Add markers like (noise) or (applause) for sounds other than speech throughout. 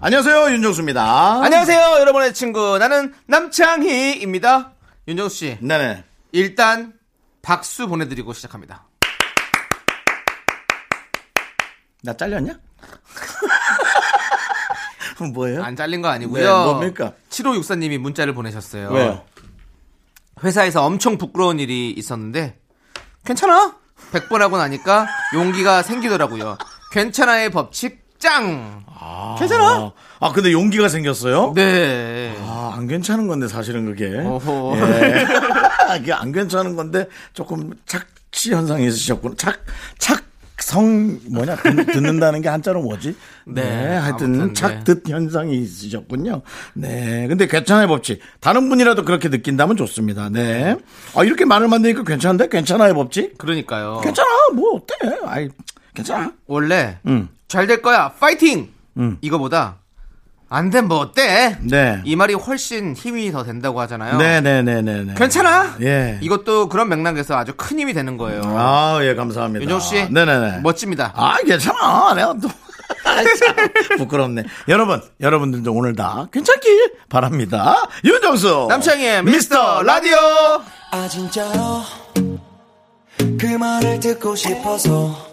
안녕하세요 윤정수입니다. 어. 안녕하세요, 여러분의 친구. 나는 남창희입니다. 윤정수 씨, 네네. 일단 박수 보내드리고 시작합니다. 나 (laughs) 잘렸냐? 뭐예요? 안 잘린 거 아니고요. 네, 뭡니까? 7564님이 문자를 보내셨어요. 왜요? 회사에서 엄청 부끄러운 일이 있었는데, 괜찮아? 100번 하고 나니까 용기가 생기더라고요. 괜찮아의 법칙, 짱! 괜찮아? 아, 아, 근데 용기가 생겼어요? 네. 아, 안 괜찮은 건데 사실은 그게. 어허. 예. (laughs) 이게 안 괜찮은 건데 조금 착시 현상이 있으셨구나. 착 착성 뭐냐 듣- 듣는다는 게 한자로 뭐지? 네, 네, 하여튼 아무튼, 네. 착듣 현상이 있으셨군요. 네, 근데 괜찮아요 법칙. 다른 분이라도 그렇게 느낀다면 좋습니다. 네, 아 이렇게 말을 만드니까 괜찮은데 괜찮아요 법칙? 그러니까요. 괜찮아, 뭐 어때? 아이 괜찮아. 원래, 음. 잘 될 거야, 파이팅! 이거보다, 안 된 뭐 어때? 네, 이 말이 훨씬 힘이 더 된다고 하잖아요. 네, 네, 네, 네, 네. 괜찮아. 예. 이것도 그런 맥락에서 아주 큰 힘이 되는 거예요. 아, 예, 감사합니다. 윤정 씨, 뭐 네, 네, 네. 멋집니다. 아, 괜찮아. 내가 (laughs) 또. 아이, 참, (laughs) 부끄럽네. 여러분, 여러분들도 오늘 다 괜찮길 바랍니다. 윤정수. 남창희의 미스터 라디오. 아 진짜요 그 말을 듣고 싶어서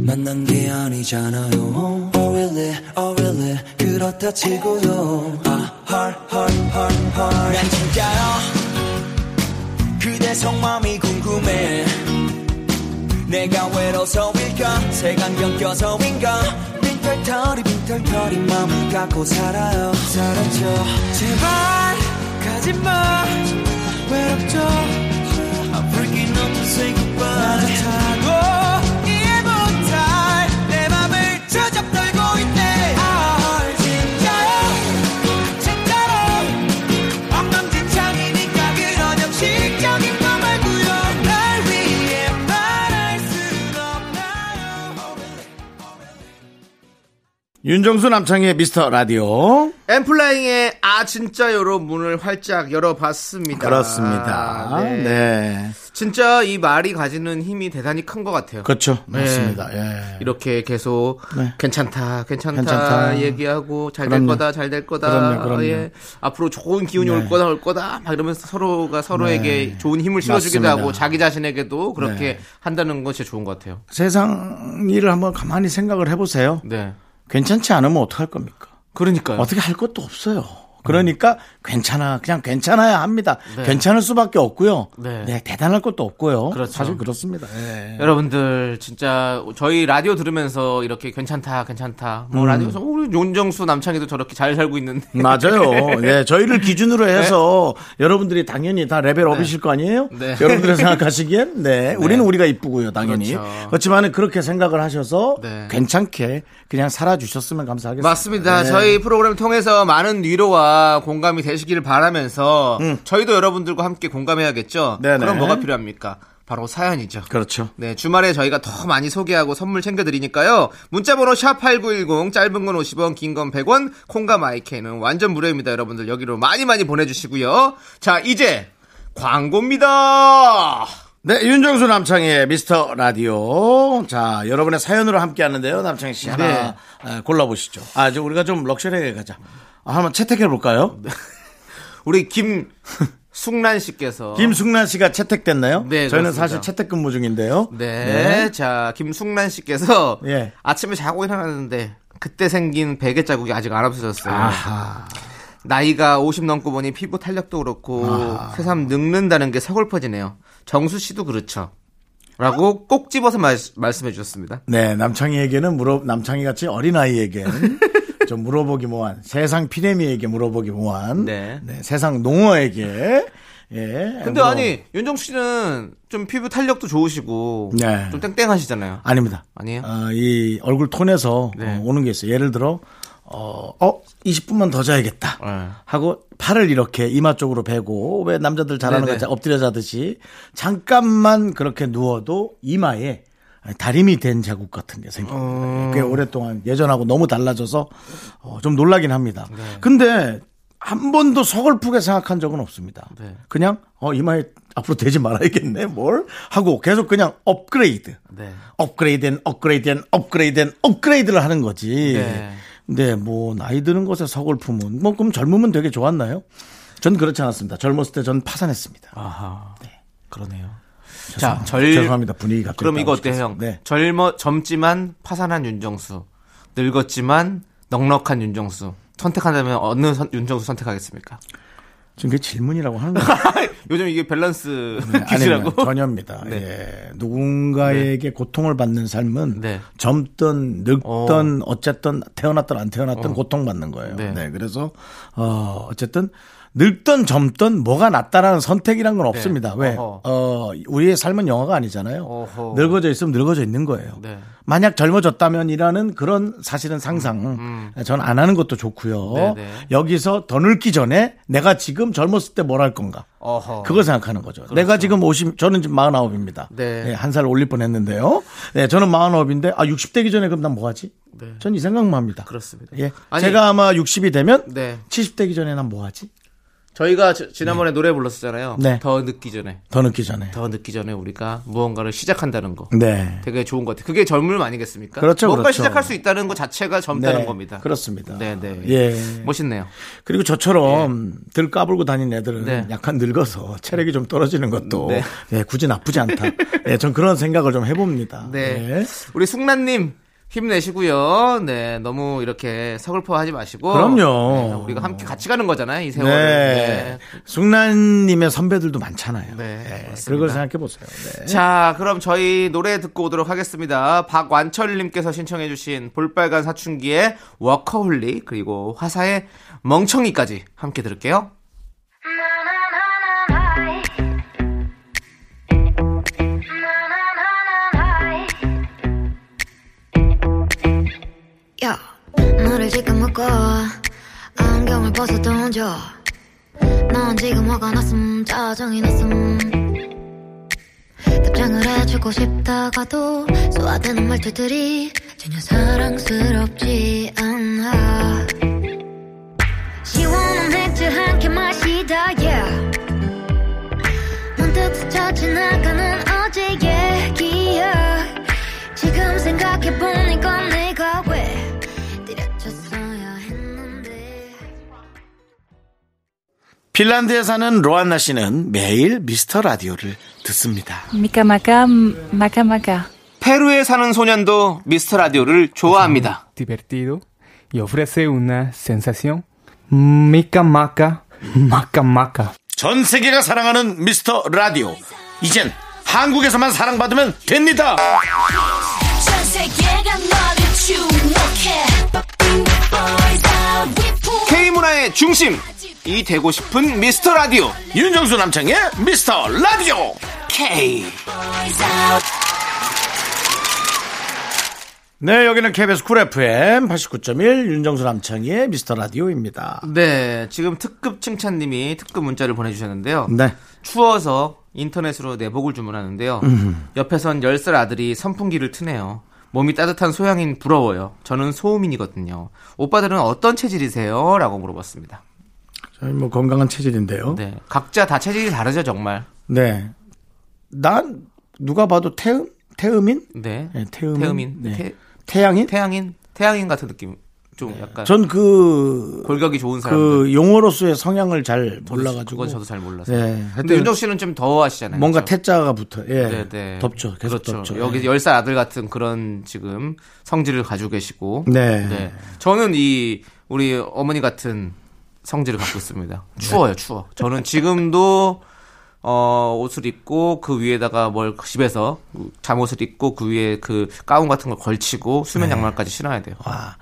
만난 게 아니잖아요 Oh really oh really 그렇다 치고요 아, 아헐헐헐헐난 진짜요 그대 성마음이 궁금해 내가 외로워서일까 색안경 껴서인가 빈털터리 빈털터리 마음을 갖고 살아요 살았죠 제발 가지마 외롭죠 아플기 너무 say goodbye 나는 타고 이해 못할 내 맘을 저접 떨고 있네 아 진짜요 진짜로 엉망진창이니까 그런 형식적인 거 말고요 날 위해 말할 순 없나요 윤정수 남창희의 미스터 라디오. 엠플라잉의 아 진짜요로 문을 활짝 열어봤습니다. 그렇습니다. 아, 네. 네. 진짜 이 말이 가지는 힘이 대단히 큰 것 같아요. 그렇죠. 네. 맞습니다. 예. 이렇게 계속 네. 괜찮다, 괜찮다, 괜찮다. 얘기하고 잘 될 그럼요. 거다, 잘 될 거다. 그럼요, 그럼요. 예. 앞으로 좋은 기운이 올 거다, 올 거다. 막 이러면서 서로가 서로에게 네. 좋은 힘을 실어주기도 맞습니다. 하고 자기 자신에게도 그렇게 네. 한다는 것이 좋은 것 같아요. 세상 일을 한번 가만히 생각을 해보세요. 네. 괜찮지 않으면 어떡할 겁니까? 그러니까요. 어떻게 할 것도 없어요. 그러니까 괜찮아 그냥 괜찮아야 합니다. 네. 괜찮을 수밖에 없고요. 네. 네. 대단할 것도 없고요. 그렇죠. 사실 그렇습니다. 예. 네. 여러분들 진짜 저희 라디오 들으면서 이렇게 괜찮다 괜찮다 음. 뭐 라디오에서 우리 윤정수 남창희도 저렇게 잘 살고 있는데 (laughs) 맞아요. 예, 저희를 기준으로 해서 여러분들이 당연히 다 레벨업이실 거 아니에요? 네. 여러분들이 생각하시기엔, 네, 우리는 우리가 이쁘고요, 당연히. 그렇죠. 그렇지만 그렇게 생각을 하셔서 네. 괜찮게 그냥 살아주셨으면 감사하겠습니다. 맞습니다. 네. 저희 프로그램 통해서 많은 위로와 공감이 되시기를 바라면서 저희도 여러분들과 함께 공감해야겠죠. 음. 네네. 그럼 뭐가 필요합니까? 바로 사연이죠. 그렇죠. 네, 주말에 저희가 더 많이 소개하고 선물 챙겨드리니까요. 문자번호 샵8910, 짧은 건 50원, 긴 건 100원, 콩과 마이케는 완전 무료입니다, 여러분들. 여기로 많이 많이 보내주시고요. 자, 이제 광고입니다! 네, 윤정수 남창희의 미스터 라디오. 자, 여러분의 사연으로 함께 하는데요. 남창희 씨 하나 에, 골라보시죠. 아, 저 우리가 좀 럭셔리하게 가자. 아, 한번 채택해볼까요? 우리 (laughs) 김숙란 씨께서. 김숙란 씨가 채택됐나요? 네, 저희는 그렇습니다. 사실 채택근무 중인데요. 네. 자, 김숙란 씨께서 예. 아침에 자고 일어났는데 그때 생긴 베개 자국이 아직 안 없어졌어요. 아하. 나이가 50 넘고 보니 피부 탄력도 그렇고 새삼 늙는다는 게 서글퍼지네요. 정수 씨도 그렇죠. 라고 꼭 집어서 말, 말씀해 주셨습니다. 네, 남창희에게는 물어 남창희 같이 어린 (laughs) 아이에게 좀 물어보기 모한 세상 피레미에게 물어보기 모한 네. 네. 세상 농어에게 예. 근데 물어- 아니, 윤정수 씨는 좀 피부 탄력도 좋으시고 네. 좀 땡땡하시잖아요. 아닙니다. 아니에요? 어, 이 얼굴 톤에서 네. 어, 오는 게 있어요. 예를 들어 어, 어, 20분만 더 자야겠다. 네. 하고 팔을 이렇게 이마 쪽으로 베고 왜 남자들 잘하는 네네. 거 있잖아요. 엎드려 자듯이 잠깐만 그렇게 누워도 이마에 다림이 된 자국 같은 게 생겨요. 음. 꽤 오랫동안 예전하고 너무 달라져서 어, 좀 놀라긴 합니다. 네. 근데 한 번도 서글프게 생각한 적은 없습니다. 네. 그냥 어, 이마에 앞으로 되지 말아야겠네 뭘 하고 계속 그냥 업그레이드. 네. 업그레이드엔 업그레이드엔 업그레이드엔 업그레이드를 하는 거지. 네. 근데 뭐 나이 드는 것에 서글픔은 뭐 그럼 젊으면 되게 좋았나요? 전 그렇지 않았습니다. 젊었을 때 전 파산했습니다. 아하. 그러네요. 자, 죄송합니다. 절 죄송합니다. 분위기 갑자기 그럼 이거 어때 다운시켜서. 형? 네. 젊어 젊지만 파산한 윤정수, 늙었지만 넉넉한 윤정수. 선택한다면 어느 선- 윤정수 선택하겠습니까? (laughs) 지금 그게 질문이라고 하는 거예요. 요즘 이게 밸런스 음, 아니요. (laughs) 퀴즈라고. 전혀입니다. 네. 예. 누군가에게 고통을 받는 삶은 네. 젊든 늙든 어. 쨌든 태어났든 안 태어났든 고통받는 거예요. 네. 네. 그래서 어 어쨌든 늙든 젊든 뭐가 낫다라는 선택이란 건 없습니다. 왜? 네. 어허. 어 우리의 삶은 영화가 아니잖아요. 어허. 늙어져 있으면 늙어져 있는 거예요. 네. 만약 젊어졌다면이라는 그런 사실은 상상 전 안 하는 것도 좋고요. 음, 네, 네. 여기서 더 늙기 전에 내가 지금 젊었을 때 뭘 할 건가? 어허. 그걸 생각하는 거죠. 내가 지금 50, 저는 지금 49입니다. 그렇죠. 네. 한 살 올릴 뻔 했는데요. 네, 저는 49인데, 아, 60대기 전에 그럼 난 뭐 하지? 전 이 생각만 합니다. 네. 그렇습니다. 예. 아니- 제가 아마 60이 되면, 네. 70대기 전에 난 뭐 하지? 저희가 지- 지난번에 노래 불렀었잖아요. 네. 더 늦기 전에. 더 늦기 전에. 더 늦기 전에 우리가 무언가를 시작한다는 거. 네. 되게 좋은 것 같아요. 그게 젊음 아니겠습니까? 그렇죠, 뭔가 그렇죠. 시작할 수 있다는 것 자체가 젊다는 네, 겁니다. 그렇습니다. 네네. 뭐 예. 멋있네요. 그리고 저처럼 들 까불고 다니는 애들은 네. 약간 늙어서 체력이 좀 떨어지는 것도 네. 예, 굳이 나쁘지 (laughs) 않다. 예, 전 그런 생각을 좀 해봅니다. 네. 예. 우리 숙란님 힘내시고요. 네. 너무 이렇게 서글퍼하지 마시고. 그럼요. 네, 우리가 함께 같이 가는 거잖아요. 이 세월을. 네. 네. 숙란님의 선배들도 많잖아요. 네, 예, 맞습니다. 그걸 생각해 보세요. 네. 자, 그럼 저희 노래 듣고 오도록 하겠습니다. 박완철님께서 신청해주신 볼빨간 사춘기의 워커홀리 그리고 화사의 멍청이까지 함께 들을게요. 야, 너를 지금 묶어 안경을 벗어 던져 넌 지금 화가 났음 짜증이 났음 답장을 해주고 싶다가도 소화되는 말투들이 전혀 사랑스럽지 않아 시원한 맥주 한 캔 마시다 yeah 문득 스쳐 지나가는 어제 얘기야 지금 생각해보니까 내가 왜 때려쳤어야 했는데 핀란드에 사는 로안나 씨는 매일 미스터 라디오를 듣습니다. 미카마카 마카마카 페루에 사는 소년도 미스터 라디오를 좋아합니다. divertido y ofrece una sensación mica maca, maca maca. 전 세계가 사랑하는 미스터 라디오. 이젠 한국에서만 사랑받으면 됩니다. 전 세계가 너를 주목해 Bring the boys out with you K 문화의 중심 이 되고 싶은 미스터 라디오 윤정수 남창의 미스터 라디오. K. boys out 네, 여기는 KBS 쿨 FM 89.1 윤정수 남창의 미스터 라디오입니다. 네, 지금 특급 칭찬님이 특급 문자를 보내주셨는데요. 네. 추워서 인터넷으로 내복을 주문하는데요. 옆에선 10살 아들이 선풍기를 트네요. 몸이 따뜻한 소양인 부러워요. 저는 소음인이거든요. 오빠들은 어떤 체질이세요? 라고 물어봤습니다. 저희 뭐 건강한 체질인데요. 네. 네. 각자 다 체질이 다르죠, 정말. 난 누가 봐도 태음? 태음인? 네. 네, 태음인. 태음인. 네. 태, 태양인? 양인 태양인 같은 느낌. 좀 약간 네. 아, 전 그 골격이 좋은 사람들. 그 용어로서의 성향을 잘 몰라가지고. 그건 저도 잘 몰라서. 네. 근데 하여튼 윤정 씨는 좀 더워하시잖아요. 뭔가 그렇죠? 태자가 붙어. 예. 네, 네. 덥죠. 계속 그렇죠. 덥죠. 여기 예. 열 살 아들 같은 그런 지금 성질을 가지고 계시고. 네. 네. 저는 이 우리 어머니 같은 성질을 갖고 있습니다. 네. 추워요, 추워. 저는 지금도 어, 옷을 입고 그 위에다가 뭘 집에서 잠옷을 입고 그 위에 그 가운 같은 걸 걸치고 수면 양말까지 신어야 돼요. 네. 와.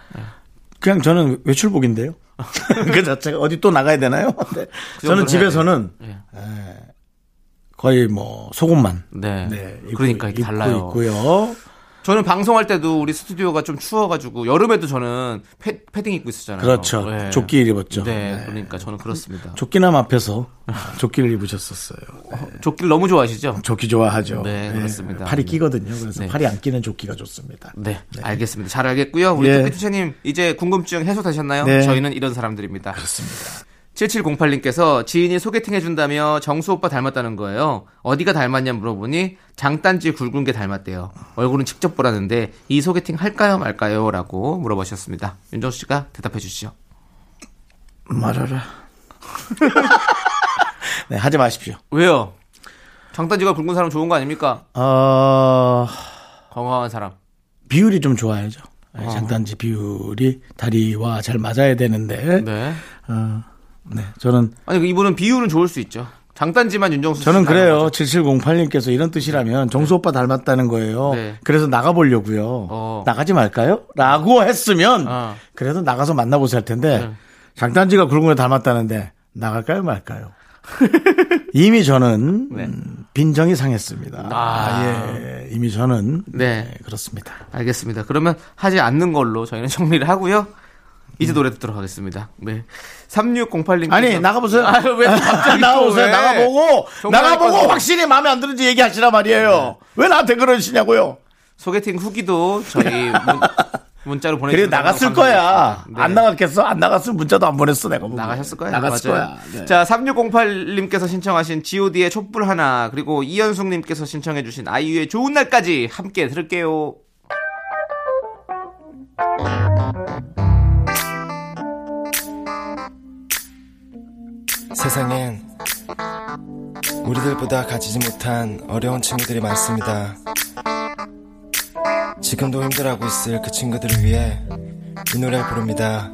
그냥 저는 외출복인데요. (laughs) 그 자체가 어디 또 나가야 되나요? (laughs) 네. 저는 그 정도는 집에서는 해야 돼요. 예, 거의 뭐 속옷만 네. 네, 입고- 그러니까 이게 입고 달라요. 있고요. 저는 방송할 때도 우리 스튜디오가 좀 추워가지고 여름에도 저는 패, 패딩 입고 있었잖아요. 그렇죠. 예. 조끼를 입었죠. 네, 그러니까 저는 그렇습니다. 조끼남 앞에서 조끼를 입으셨었어요. 네, 조끼를 너무 좋아하시죠? 조끼 좋아하죠. 네, 그렇습니다. 팔이 끼거든요. 그래서 네. 팔이 안 끼는 조끼가 좋습니다. 네, 알겠습니다. 잘 알겠고요. 우리 예. 토끼투채님 이제 궁금증 해소되셨나요? 네. 저희는 이런 사람들입니다. 그렇습니다. 7708님께서 지인이 소개팅 해준다며 정수 오빠 닮았다는 거예요. 어디가 닮았냐 물어보니 장단지 굵은 게 닮았대요. 얼굴은 직접 보라는데 이 소개팅 할까요 말까요? 라고 물어보셨습니다. 윤정수 씨가 대답해 주시죠. 말아라. (laughs) 네, 하지 마십시오. 왜요? 장단지가 굵은 사람 좋은 거 아닙니까? 어, 건강한 사람. 비율이 좀 좋아야죠. 네, 장단지 비율이 다리와 잘 맞아야 되는데. 네. 네. 어, 네. 저는, 아니 그 이분은 비율은 좋을 수 있죠. 장단지만 윤정수 씨 저는 닮은 그래요. 거죠. 7708님께서 이런 뜻이라면 정수 오빠 닮았다는 거예요. 네. 그래서 나가보려고요. 어. 나가지 말까요? 라고 했으면 어. 네. 그래도 나가서 만나보세요 할 텐데 장단지가 굵은 걸 닮았다는데 나갈까요 말까요? (laughs) 이미 저는 네. 음, 빈정이 상했습니다. 아. 예. 이미 저는 네. 네, 그렇습니다. 알겠습니다. 그러면 하지 않는 걸로 저희는 (laughs) 정리를 하고요. 이제 노래 듣도록 하겠습니다. 네. 3608님. 아니 나가보세요. 아, (laughs) 왜또 갑자기 나가보세요. 또 왜? 나가보고 정말 네. 나가보고 예뻐서. 확실히 마음에 안 드는지 얘기하시라 말이에요. 왜 나한테 그러시냐고요. 소개팅 후기도 저희 (laughs) 문, 자로 보내 그리고 나갔을 거야. 안 나갔겠어? 안 나갔으면 문자도 안 보냈어 내가 보고. 네. 나가셨을 거예요. 나갔을 맞아요. 거야. 네. 자, 3608님께서 신청하신 GOD의 촛불 하나, 그리고 이현숙님께서 신청해주신 아이유의 좋은 날까지 함께 들을게요. 세상엔 우리들보다 가지지 못한 어려운 친구들이 많습니다. 지금도 힘들어하고 있을 그 친구들을 위해 이 노래를 부릅니다.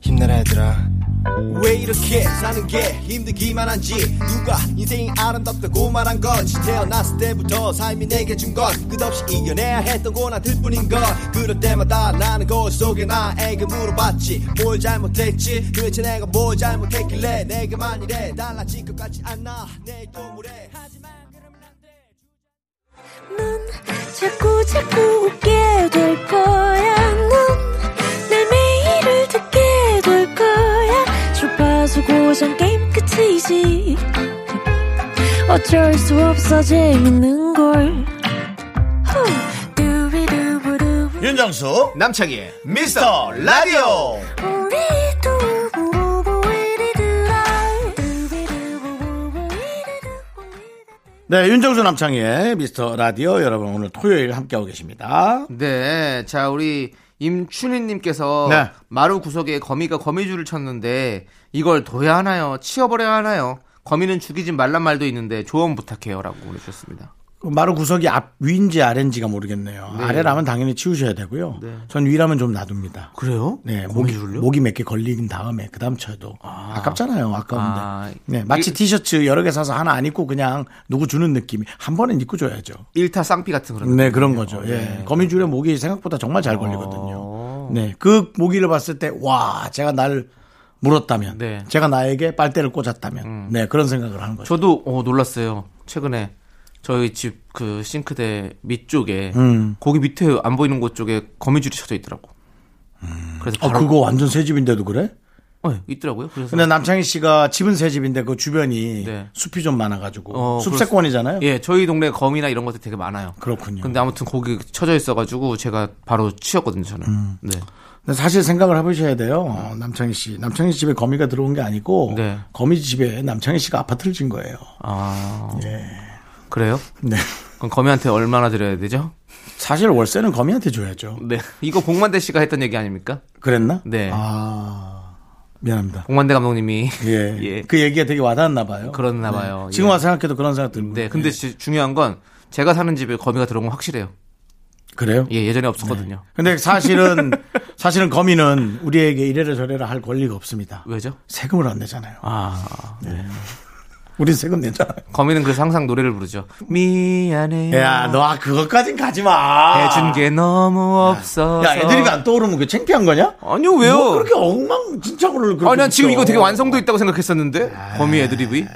힘내라 얘들아. 왜 이렇게 사는 게 힘들기만 한지 누가 인생이 아름답다고 말한 건지 태어났을 때부터 삶이 내게 준 건 끝없이 이겨내야 했던 고난들 뿐인 건 그럴 때마다 나는 거울 속에 나에게 물어봤지 뭘 잘못했지 도대체 내가 뭘 잘못했길래 내게만 이래 달라질 것 같지 않아 내 요물에 하지만 그러면 안돼 자꾸 자꾸 웃게 될 거야. 넌내 매일을 듣게 될 거야. 주파수 고정 게임 끝이지. 어쩔 수 없어 재밌는 걸. 후. 두비두부두부. 윤정수 남창희의 미스터 라디오. 우리 두부부부 우리들아. 두비두부부부 우리들아. 네, 윤정수 남창희의 미스터 라디오 여러분 오늘 토요일 함께하고 계십니다. 네, 자 우리 임춘희님께서 네. 마루 구석에 거미가 거미줄을 쳤는데 이걸 둬야 하나요? 치워버려야 하나요? 거미는 죽이지 말란 말도 있는데 조언 부탁해요라고 보내주셨습니다. 그 마루 구석이 앞 위인지 아래인지가 모르겠네요. 아래라면 당연히 치우셔야 되고요. 전 위라면 좀 놔둡니다. 네. 그래요? 네, 목이 목이 몇 개 걸린 다음에 그다음 쳐도 아. 깝잖아요 아까운데. 아. 네, 마치 이- 티셔츠 여러 개 사서 하나 안 입고 그냥 누구 주는 느낌이 한 번은 입고 줘야죠. 일타 쌍피 같은 그런. 네, 그런 거죠. 예. 거미줄에 모기 생각보다 정말 잘 걸리거든요. 네, 그 모기를 봤을 때, 와, 제가 날 물었다면, 네. 제가 나에게 빨대를 꽂았다면, 네, 그런 생각을 하는 거죠. 저도 어, 놀랐어요. 최근에 저희 집 그 싱크대 밑 쪽에 음. 거기 밑에 안 보이는 곳 쪽에 거미줄이 쳐져 있더라고. 그래서 아, 바로 그거 완전 새 집인데도 그래? 어, 있더라고요. 그래서 근데 남창희 씨가 집은 새 집인데 그 주변이 네. 숲이 좀 많아가지고, 어, 숲세권이잖아요? 예, 저희 동네 거미나 이런 것들 되게 많아요. 그렇군요. 근데, 근데 아무튼 거기 쳐져 있어가지고 제가 바로 치웠거든요 저는. 음. 네. 사실 생각을 해보셔야 돼요. 어, 남창희 씨. 남창희 집에 거미가 들어온 게 아니고, 네. 거미 집에 남창희 씨가 아파트를 진 거예요. 아 예. 그래요? 네. 그럼 거미한테 얼마나 드려야 되죠? 사실 월세는 거미한테 줘야죠. 네. 이거 복만대 씨가 했던 얘기 아닙니까? 그랬나? 네. 아, 미안합니다. 복만대 감독님이 예. 예. 그 얘기가 되게 와닿았나 봐요. 네. 그랬나 봐요. 지금 예. 와서 생각해도 그런 생각 들고. 네. 근데 지- 중요한 건 제가 사는 집에 거미가 들어온 건 확실해요. 그래요? 예, 예전에 없었거든요. 근데 사실은 (laughs) 사실은 거미는 우리에게 이래라 저래라 할 권리가 없습니다. 왜죠? 세금을 안 네. 내잖아요. 아 우린 세금 내잖아요. 거미는 그래서 항상 노래를 부르죠. 미안해. 야, 너 아, 그것까진 가지 마. 해준 게 너무 없어서. 야, 애들이 안 떠오르면 그 창피한 거냐? 아니요 왜요? 뭐 그렇게 엉망진창으로 그렇게 아니, 난 지금 웃겨. 이거 되게 완성도 있다고 생각했었는데. 거미 애드립이.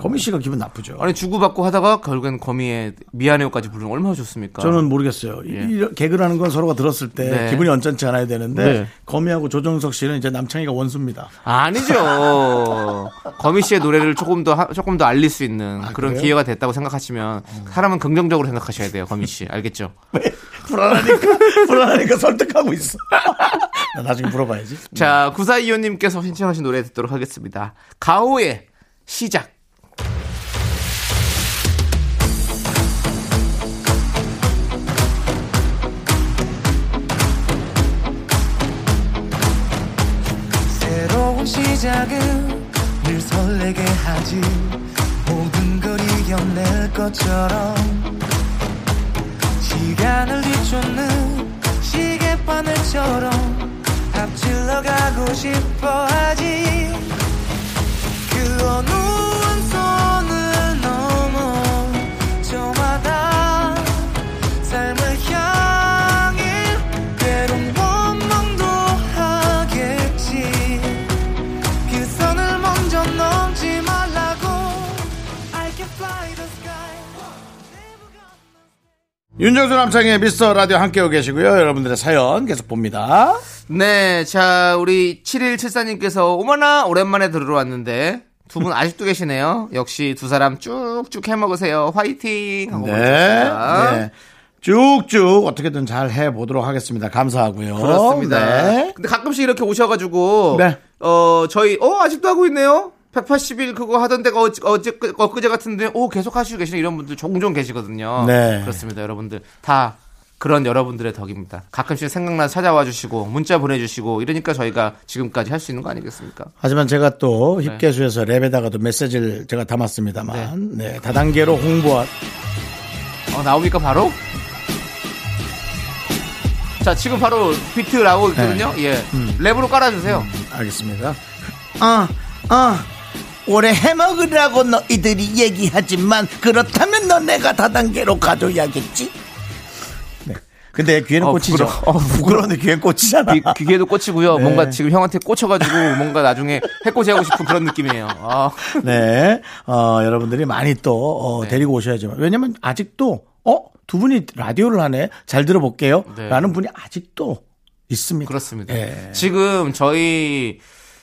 거미 씨가 기분 나쁘죠. 아니 주고받고 하다가 결국엔 거미의 미안해요까지 부르면 얼마나 좋습니까? 저는 모르겠어요. 이- 이런 개그라는 건 서로가 들었을 때 네. 기분이 언짢지 않아야 되는데 네. 거미하고 조정석 씨는 이제 남창희가 원수입니다. 아니죠. (laughs) 거미 씨의 노래를 조금 더 하- 조금 더 알릴 수 있는 아, 그런 그래요? 기회가 됐다고 생각하시면 사람은 긍정적으로 생각하셔야 돼요, 거미 씨. 알겠죠? 불안하니까 (laughs) 불안하니까 설득하고 있어. (laughs) 나 나중에 물어봐야지. 자, 구사이오님께서 신청하신 노래 듣도록 하겠습니다. 가오의 시작. 새로운 시작은 늘 설레게 하지 모든 걸 이겨낼 것처럼 시간을 뒤쫓는 시계바늘처럼 앞질러 가고 싶어 하지 그 어느 한 선을 넘어 저마다 삶을 향해 때론 원망도 하겠지 그 선을 먼저 넘지 말라고 I can fly the sky 윤정수 남창희의 미스터 라디오 함께하고 계시고요. 여러분들의 사연 계속 봅니다. 네, 자, 우리 7174님께서 어머나 오랜만에 들으러 왔는데 두 분 아직도 계시네요. 역시 두 사람 쭉쭉 해 먹으세요. 화이팅! 하고 네. 보내주셨습니다. 네. 쭉쭉 어떻게든 잘 해보도록 하겠습니다. 감사하고요. 그렇습니다. 네. 근데 가끔씩 이렇게 오셔가지고 네. 어 저희 어 아직도 하고 있네요. 180일 그거 하던 데가 어제 어제 엊그제 같은데 오 계속 하시고 계시는 이런 분들 종종 계시거든요. 네. 그렇습니다, 여러분들 다 그런 여러분들의 덕입니다. 가끔씩 생각나서 찾아와 주시고 문자 보내주시고 이러니까 저희가 지금까지 할 수 있는 거 아니겠습니까? 하지만 제가 또 네. 힙계수에서 랩에다가도 메시지를 제가 담았습니다만 네. 다단계로 홍보한 어, 나옵니까 바로? 자 지금 바로 비트 나오고 있거든요. 네. 예 음. 랩으로 깔아주세요. 알겠습니다. 아, 아. 올해 해먹으라고 너희들이 얘기하지만 그렇다면 너네가 다단계로 가줘야겠지? 네. 근데 귀에는 어, 꽂히죠. 부끄러워. 어, 부끄러운데 귀엔 꽂히잖아. 귀, 귀에도 꽂히고요. 네. 뭔가 지금 형한테 꽂혀가지고 뭔가 나중에 해코지하고 싶은 그런 느낌이에요. 아, (laughs) 네. 어, 여러분들이 많이 또, 네. 어, 데리고 오셔야지만. 왜냐면 아직도, 어? 두 분이 라디오를 하네? 잘 들어볼게요. 네. 라는 분이 아직도 있습니다. 그렇습니다. 예. 지금 저희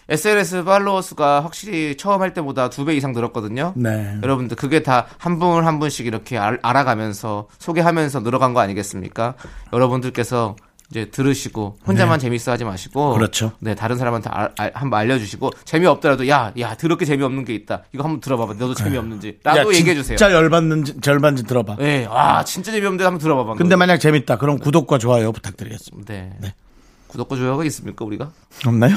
SNS 팔로워 수가 확실히 처음 할 때보다 두 배 이상 늘었거든요. 네. 여러분들 그게 다 한 분 한 분씩 이렇게 알, 아가면서 소개하면서 늘어간 거 아니겠습니까? 여러분들께서 이제 들으시고 혼자만 재밌어 하지 마시고 네. 그렇죠. 네 다른 사람한테 알- 알- 한번 알려주시고 재미없더라도 야야 더럽게 재미없는 게 있다 이거 한번 들어봐봐 너도 재미없는지 아. 야, 라도 얘기해 주세요. 진짜 열받는지, 절반지 들어봐. 예, 아 진짜 재미없는데 한번 들어봐봐. 근데 만약 재밌다. 그럼 구독과 좋아요 부탁드리겠습니다. 네. 네. 구독과 좋아요가 있습니까 우리가? 없나요?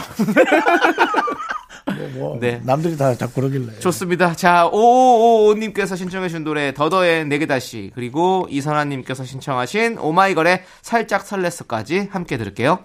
뭐, 네. (laughs) 남들이 다 자꾸 그러길래. 좋습니다. 자, 5555님께서 신청해주신 노래, 더더의 내게 다시, 그리고 이선아님께서 신청하신 오마이걸의 살짝 설렜어까지 함께 들을게요.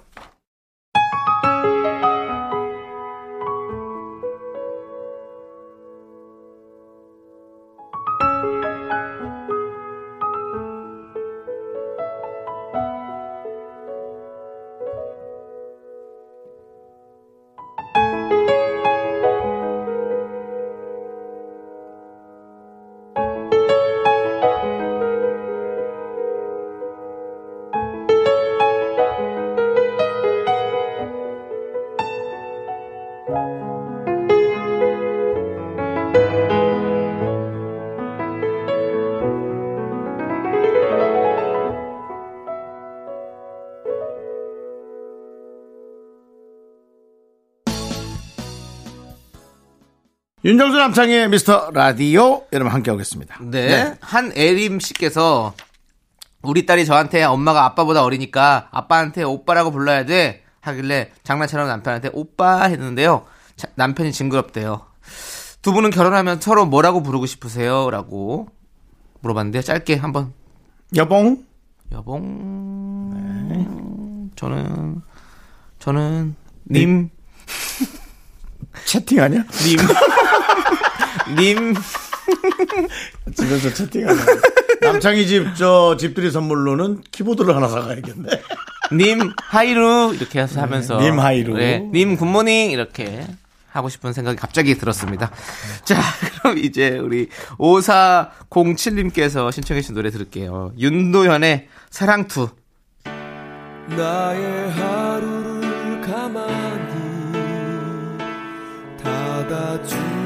윤정수 남창의 미스터 라디오 여러분 함께하고 계십니다. 네. 한애림 씨께서, 우리 딸이 저한테 엄마가 아빠보다 어리니까 아빠한테 오빠라고 불러야 돼. 하길래 장난처럼 남편한테 오빠 했는데요. 자, 남편이 징그럽대요. 두 분은 결혼하면 서로 뭐라고 부르고 싶으세요? 라고 물어봤는데 짧게 한번 여봉? 여봉. 네. 저는 저는 님, 채팅 (laughs) 아니야? 님. (laughs) 님. 집에서 채팅하는 거. (laughs) 남창희 집 저 집들이 선물로는 키보드를 하나 사가야겠네. 네, 님 하이루 이렇게 해서 하면서 님 하이루. 네, 님 굿모닝 이렇게 하고 싶은 생각이 갑자기 들었습니다. 자, 그럼 이제 우리 5407님께서 신청해주신 노래 들을게요. 윤도현의 사랑투. 나의 하루를 가만히 닫아주는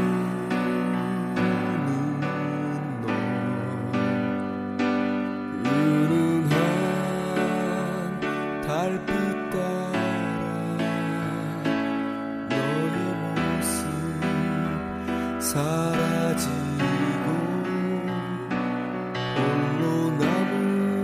너 은은한 달빛 따라 너의 모습 사라지고 홀로 남은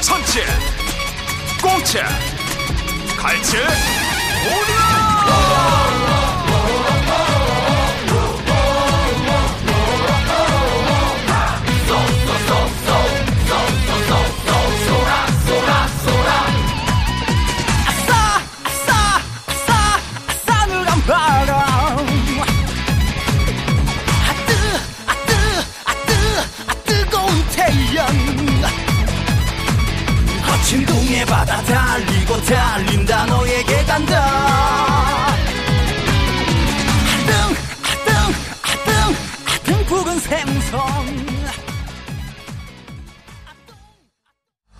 선체, 꽁체, 갈치, 오리라! 아싸 아싸 아싸 아싸 누가 말아 아뜨 아뜨 아뜨 아 뜨거운 태양 거친 동해 바다 달리고 달린다 너에게 간다 아, 아등 아등 아등 아등 붉은 생선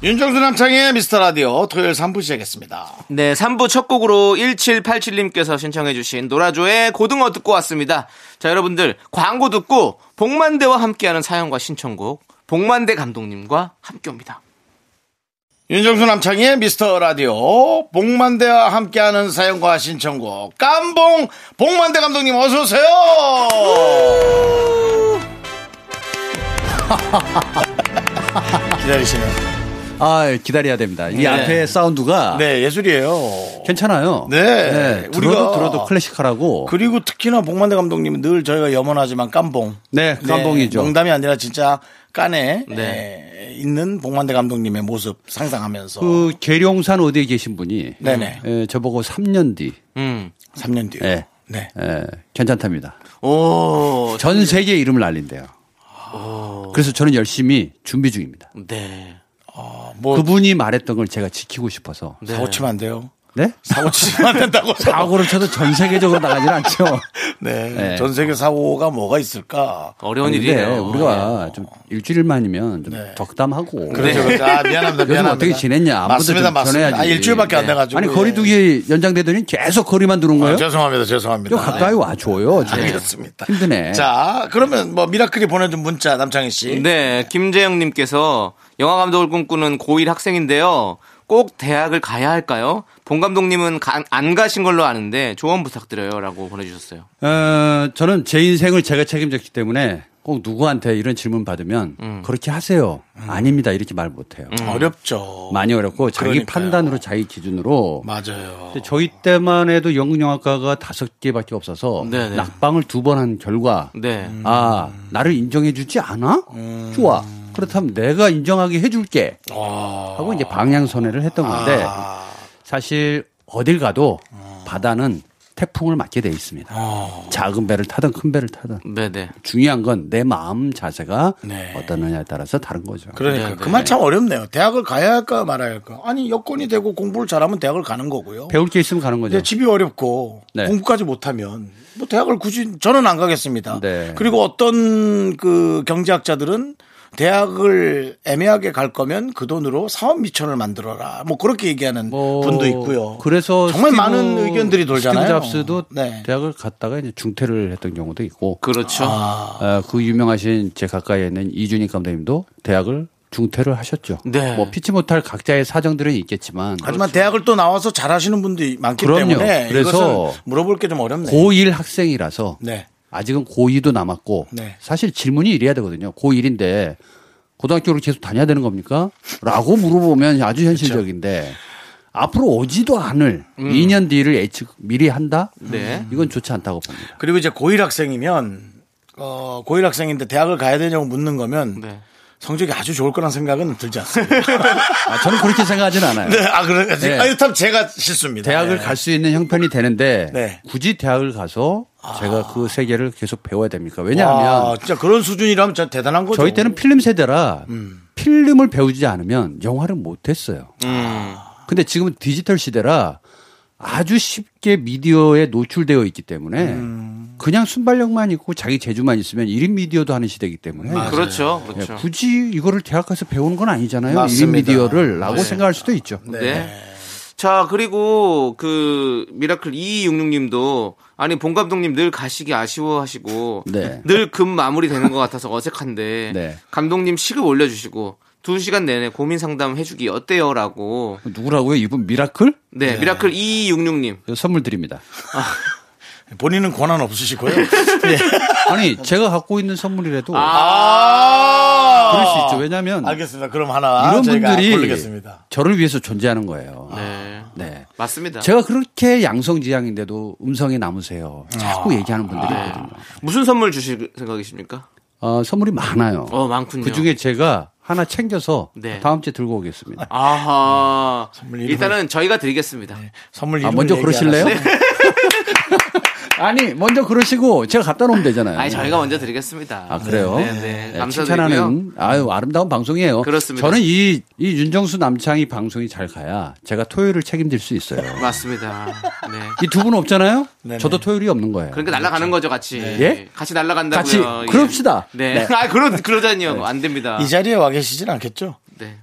윤정수 남창의 미스터 라디오 토요일 3부 시작했습니다. 네, 3부 첫 곡으로 1787님께서 신청해주신 노라조의 고등어 듣고 왔습니다. 자, 여러분들, 광고 듣고 복만대와 함께하는 사연과 신청곡, 복만대 감독님과 함께 옵니다. 윤정수 남창의 미스터 라디오 복만대와 함께하는 사연과 신청곡 깜봉 복만대 감독님 어서 (laughs) 오세요. 기다리시네요. 아 기다려야 됩니다. 이 네. 앞에 사운드가 네 예술이에요. 괜찮아요. 네. 들어도 우리가- 들어도 클래식하라고. 그리고 특히나 복만대 감독님은 늘 저희가 염원하지만 깜봉. 네, 깜봉이죠. 농담이 아니라 진짜 깐에 네. 에, 있는 복만대 감독님의 모습 상상하면서 그 계룡산 어디에 계신 분이 네네. 예, 저보고 3년 뒤. 음. 3년 뒤. 예. 네. 예, 괜찮답니다. 오, 전 세계 이름을 알린대요. 그래서 저는 열심히 준비 중입니다. 네. 뭐 그분이 말했던 걸 제가 지키고 싶어서 네. 사고치면 안 돼요. 네? 사고 치면 안 된다고. (laughs) 사고를 쳐도 전 세계적으로 나가진 않죠. (laughs) 네. 네. 전 세계 사고가 뭐가 있을까? 아니, 근데 네. 우리가 예. 좀 일주일만이면 좀 적담하고. 그렇죠, 그렇죠. 아, 미안합니다, 요즘 미안합니다. 어떻게 지냈냐. 아무도 맞습니다, 좀 맞습니다. 전해야지. 네. 아, 일주일밖에 안 돼가지고. 아니, 예. 거리두기 연장되더니 계속 거리만 두는 거예요? 아, 죄송합니다, 죄송합니다. 네. 좀 가까이 와줘요. 좀. 알겠습니다. 힘드네. 자, 그러면 뭐 미라클이 보내준 문자 남창희 예? 씨. 네, 김재영님께서 영화 감독을 꿈꾸는 고1 학생인데요. 꼭 대학을 가야 할까요? 본 감독님은 가- 안 가신 걸로 아는데 조언 부탁드려요라고 보내주셨어요. 어, 저는 제 인생을 제가 책임졌기 때문에 꼭 누구한테 이런 질문 받으면 음. 그렇게 하세요. 아닙니다. 이렇게 말 못해요. 어렵죠. 많이 어렵고 음. 자기 그러니까요. 판단으로 자기 기준으로. 맞아요. 근데 저희 때만 해도 영국영화과가 다섯 개밖에 없어서 네네. 낙방을 두 번 한 결과 네. 아 나를 인정해주지 않아? 좋아. 그렇다면 내가 인정하게 해줄게. 하고 이제 방향 선회를 했던 건데 아. 사실 어딜 가도 바다는 태풍을 맞게 돼 있습니다. 어. 작은 배를 타든 큰 배를 타든 네네. 중요한 건 내 마음 자세가 네. 어떠느냐에 따라서 다른 거죠. 그러니까 그 말 참 어렵네요. 대학을 가야 할까 말아야 할까. 아니 여건이 되고 공부를 잘하면 대학을 가는 거고요. 배울 게 있으면 가는 거죠. 근데 집이 어렵고 네. 공부까지 못하면 뭐 대학을 굳이 저는 안 가겠습니다. 네. 그리고 어떤 그 경제학자들은 대학을 애매하게 갈 거면 그 돈으로 사업 미천을 만들어라. 뭐 그렇게 얘기하는 분도 있고요. 그래서 정말 스티브- 많은 의견들이 돌잖아요. 스티브 잡스도 네. 대학을 갔다가 이제 중퇴를 했던 경우도 있고. 그렇죠. 아. 어, 그 유명하신 제 가까이에 있는 이준익 감독님도 대학을 중퇴를 하셨죠. 네. 뭐 피치 못할 각자의 사정들은 있겠지만 하지만 대학을 또 나와서 잘하시는 분들이 많기 그렇죠. 그럼요. 때문에 그래서 이것은 물어볼 게 좀 어렵네요. 고1 학생이라서 네. 아직은 고2도 남았고 네. 사실 질문이 이래야 되거든요. 고1인데 고등학교를 계속 다녀야 되는 겁니까? 라고 물어보면 아주 현실적인데 앞으로 오지도 않을 음. 2년 뒤를 예측 미리 한다? 네. 이건 좋지 않다고 봅니다. 그리고 이제 고1 학생이면 어, 고1 학생인데 대학을 가야 되냐고 묻는 거면 네. 성적이 아주 좋을 거란 생각은 들지 않습니다. (laughs) 아, 저는 그렇게 생각하진 않아요. 네, 아, 그래요? 네. 아유, 참 제가 실수입니다. 대학을 네. 갈 수 있는 형편이 되는데 네. 아. 굳이 대학을 가서 제가 그 세계를 계속 배워야 됩니까? 와, 왜냐하면 아, 진짜 그런 수준이라면 음. 진짜 대단한 거죠. 저희 때는 필름 세대라 필름을 배우지 않으면 영화를 못 했어요. 음. 근데 지금은 디지털 시대라 아주 쉽게 미디어에 노출되어 있기 때문에 음. 그냥 순발력만 있고 자기 재주만 있으면 1인 미디어도 하는 시대이기 네, 때문에 맞아요. 그렇죠, 그렇죠. 예, 굳이 이거를 대학 가서 배우는 건 아니잖아요. 맞습니다. 1인 미디어를 라고 네. 생각할 수도 있죠. 네. 자, 그리고 그 미라클 2266님도 아니 본 감독님 늘 가시기 아쉬워하시고 네. 늘 금 마무리 되는 것 같아서 어색한데 네. 감독님 식을 올려주시고 두 시간 내내 고민 상담 해주기 어때요라고 누구라고요? 이분 미라클? 그 네, 미라클 2266님 선물 드립니다. 본인은 권한 (laughs) 없으시고요. 네. 아니 제가 갖고 있는 선물이라도 (laughs) 아, 그럴 수 있죠. 왜냐하면 알겠습니다. 그럼 하나 이런 제가 분들이 고르겠습니다. 저를 위해서 존재하는 거예요. 네. 네. 맞습니다. 제가 그렇게 양성지향인데도 음성에 남으세요. 자꾸 얘기하는 분들이 네. 있거든요. 무슨 선물 주실 생각이십니까? 어, 선물이 많아요. 어, 많군요. 그 중에 제가 하나 챙겨서 네. 다음 주에 들고 오겠습니다. 아, 아하. 이름을- 일단은 저희가 드리겠습니다. 선물 네. 아, 먼저 그러실래요? (laughs) 아니, 먼저 그러시고 제가 갖다 놓으면 되잖아요. 아니 저희가 먼저 드리겠습니다. 아, 그래요? 네, 네. 네, 감사드리고요. 칭찬하는 아유 아름다운 방송이에요. 그렇습니다. 저는 이, 이 윤정수 남창희 방송이 잘 가야 제가 토요일을 책임질 수 있어요. 맞습니다. 네. 이 두 분 없잖아요. (laughs) 네네. 저도 토요일이 없는 거예요. 그러니까 날아가는 거죠, 같이. 예? 같이 날아간다고요. 같이 예. 그럽시다. 네. 네. (laughs) 아, 그러 그러자니요. 안 됩니다. 이 자리에 와 계시진 않겠죠?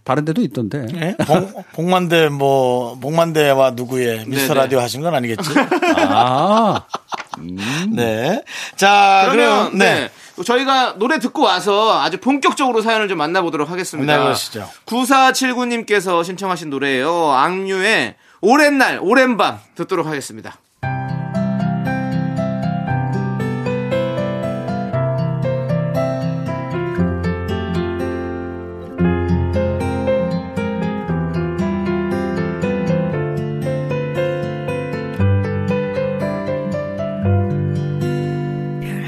다른 데도 있던데. 네. 봉, 복만대 뭐 복만대와 누구의 미스터 네. 네네. 라디오 하신 건 아니겠지? (laughs) 아. 네. 자, 그러면 그럼 네. 네. 저희가 노래 듣고 와서 아주 본격적으로 사연을 좀 만나보도록 하겠습니다. 네, 그러시죠. 9479님께서 신청하신 노래예요. 악뮤의 오랜 날, 오랜 밤 듣도록 하겠습니다.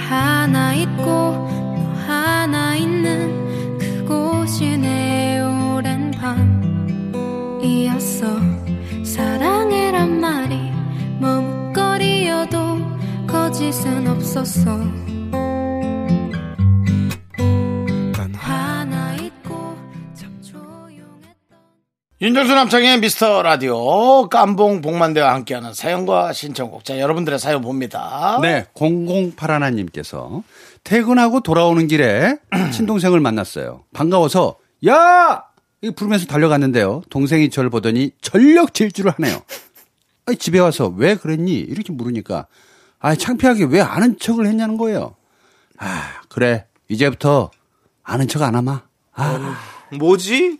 하나 있고 너 하나 있는 그곳이 내 오랜 밤이었어 사랑해란 말이 머뭇거리여도 거짓은 없었어 난 하나 있고 참 좋아 윤정수 남창의 미스터 라디오 깜봉 복만대와 함께하는 사연과 신청곡 자 여러분들의 사연 어? 봅니다 네, 008 하나님께서 퇴근하고 돌아오는 길에 (clears throat) 친동생을 만났어요. 반가워서 야! 이 부르면서 달려갔는데요. 동생이 저를 보더니 전력 질주를 하네요. 아니, 집에 와서 왜 그랬니? 이렇게 물으니까 아, 창피하게 왜 아는 척을 했냐는 거예요. 아, 그래. 이제부터 아는 척 안 하마. 아, 뭐지?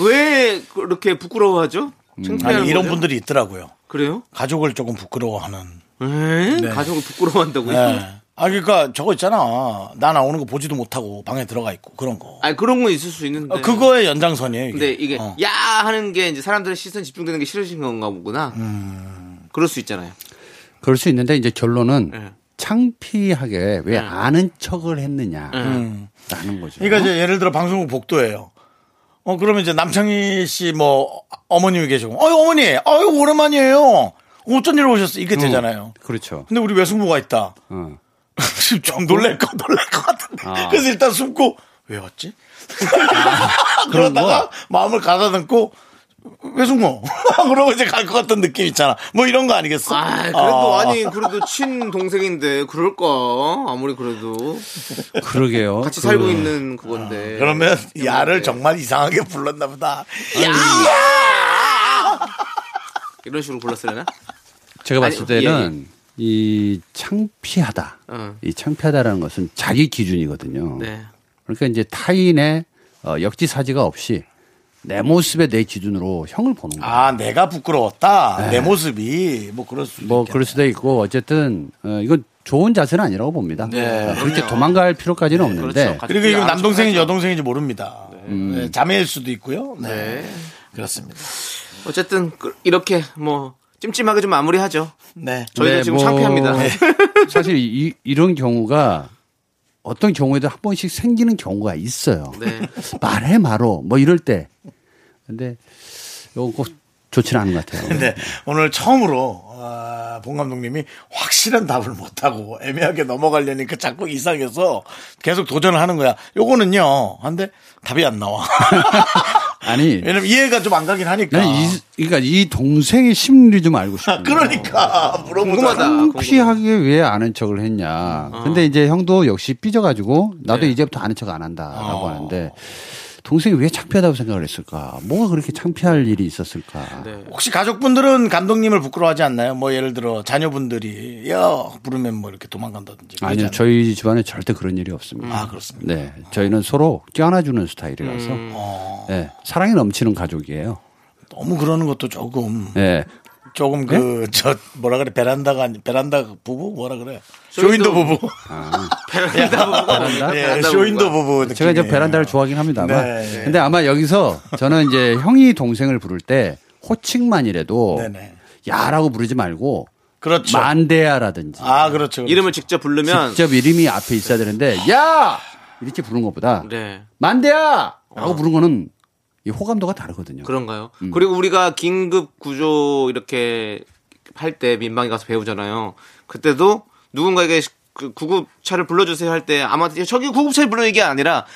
왜 그렇게 부끄러워하죠? 창피하는 음, 아니, 이런 거죠? 분들이 있더라고요 음. 그래요? 가족을 조금 부끄러워하는 에? 네. 가족을 부끄러워한다고요? 네. 아 그러니까 저거 있잖아 나 나오는 거 보지도 못하고 방에 들어가 있고 그런 거 아니 그런 건 있을 수 있는데. 어, 그거의 연장선이에요 이게. 근데 이게 어. 야 하는 게 이제 사람들의 시선 집중되는 게 싫으신 건가 보구나. 음. 그럴 수 있잖아요. 네. 그럴 수 있는데 이제 결론은 음. 창피하게 왜 아는 척을 했느냐. 음. 라는 거죠. 그러니까 이제 예를 들어 방송국 복도예요. 어 그러면 이제 남창희 씨 뭐 어머님이 계시고, 어이 어머니, 아유 오랜만이에요. 어쩐 일로 오셨어? 이게 되잖아요. 그렇죠. 근데 우리 외숙모가 있다. 어. (laughs) 좀 놀랄 거 놀랄 것 같은데. 아. 그래서 일단 숨고 왜 왔지? (laughs) 그러다가 마음을 가다듬고 외숙모 (laughs) 그러고 이제 갈 것 같은 느낌 있잖아. 뭐 이런 거 아니겠어? 아, 그래도 아니 그래도 친 동생인데 그럴까? 아무리 그래도 그러게요. 같이 살고 있는 그건데. 아, 그러면 야를 정말 이상하게 불렀나 보다. 이런 식으로 불렀으려나? 제가 봤을 아니, 예, 때는 이 창피하다. 어. 이 창피하다라는 것은 자기 기준이거든요. 네. 그러니까 이제 타인의 어, 역지사지가 없이 내 모습에 내 기준으로 형을 보는 거예요. 아, 내가 부끄러웠다. 네. 내 모습이 뭐 그럴 수 뭐 그럴 수도 있고 어쨌든 어, 이건 좋은 자세는 아니라고 봅니다. 네. 어, 그렇게 도망갈 필요까지는 네, 그렇죠. 없는데 그리고 아, 이거 남동생인지 여동생인지 모릅니다. 네, 자매일 수도 있고요. 네. 네. 그렇습니다. 어쨌든 그- 이렇게 뭐 찜찜하게 좀 마무리하죠. 네. 저희가 네, 지금 뭐 창피합니다. 그렇죠. (laughs) 사실 이, 런 경우가 어떤 경우에도 한 번씩 생기는 경우가 있어요. 네. (laughs) 말해 말어 뭐 이럴 때. 근데 요거 꼭 좋지는 않은 것 같아요. 네. 근데 오늘 처음으로 아, 봉 감독님이 확실한 답을 못하고 애매하게 넘어가려니까 자꾸 이상해서 계속 도전을 하는 거야. 요거는요. 한데 답이 안 (laughs) 나와. 아니 왜냐면 이해가 좀 안 가긴 하니까. 아, 나는 이 그러니까 이 동생의 심리 좀 알고 (laughs) 싶어요. 그러니까 물어보다. 어. 창피하게 왜 아는 척을 했냐. 근데 이제 형도 역시 삐져가지고 나도 예. 이제부터 아는 척 안 어. 한다라고 하는데 동생이 왜 창피하다고 생각을 했을까? 뭐가 그렇게 창피할 일이 있었을까? 혹시 가족분들은 감독님을 부끄러워하지 않나요? 뭐 예를 들어 자녀분들이 야 부르면 뭐 이렇게 도망간다든지. 그러지 아니요, 않나요? 저희 집안에 절대 그런 일이 없습니다. 아 그렇습니다. 네, 저희는 서로 껴안아주는 스타일이라서 음. 네, 사랑이 넘치는 가족이에요. 너무 그러는 것도 조금 네, 조금 그 저 뭐라 그래 베란다가 아니 베란다 부부 뭐라 그래 쇼윈도 쇼윈도 부부 베란다 부부가 (laughs) 뭡니까? 예, 베란다 쇼윈도 부부가. 부부 제가 이제 느낌이에요. 베란다를 좋아하긴 합니다만. 네, 네. 근데 아마 여기서 저는 이제 형이 동생을 부를 때 호칭만이라도 네, 야라고 부르지 말고 그렇죠. 만대야라든지 아 그렇죠. 이름을 직접 부르면 직접 이름이 앞에 있어야 되는데 야 이렇게 부른 것보다 네. 어. 만대야라고 부른 거는 이 호감도가 다르거든요. 그런가요? 음. 그리고 우리가 긴급 구조 이렇게 할 때 민방위 가서 배우잖아요. 그때도 누군가에게 그 구급차를 불러주세요 할 때 아마 저기 구급차를 불러 이게 아니라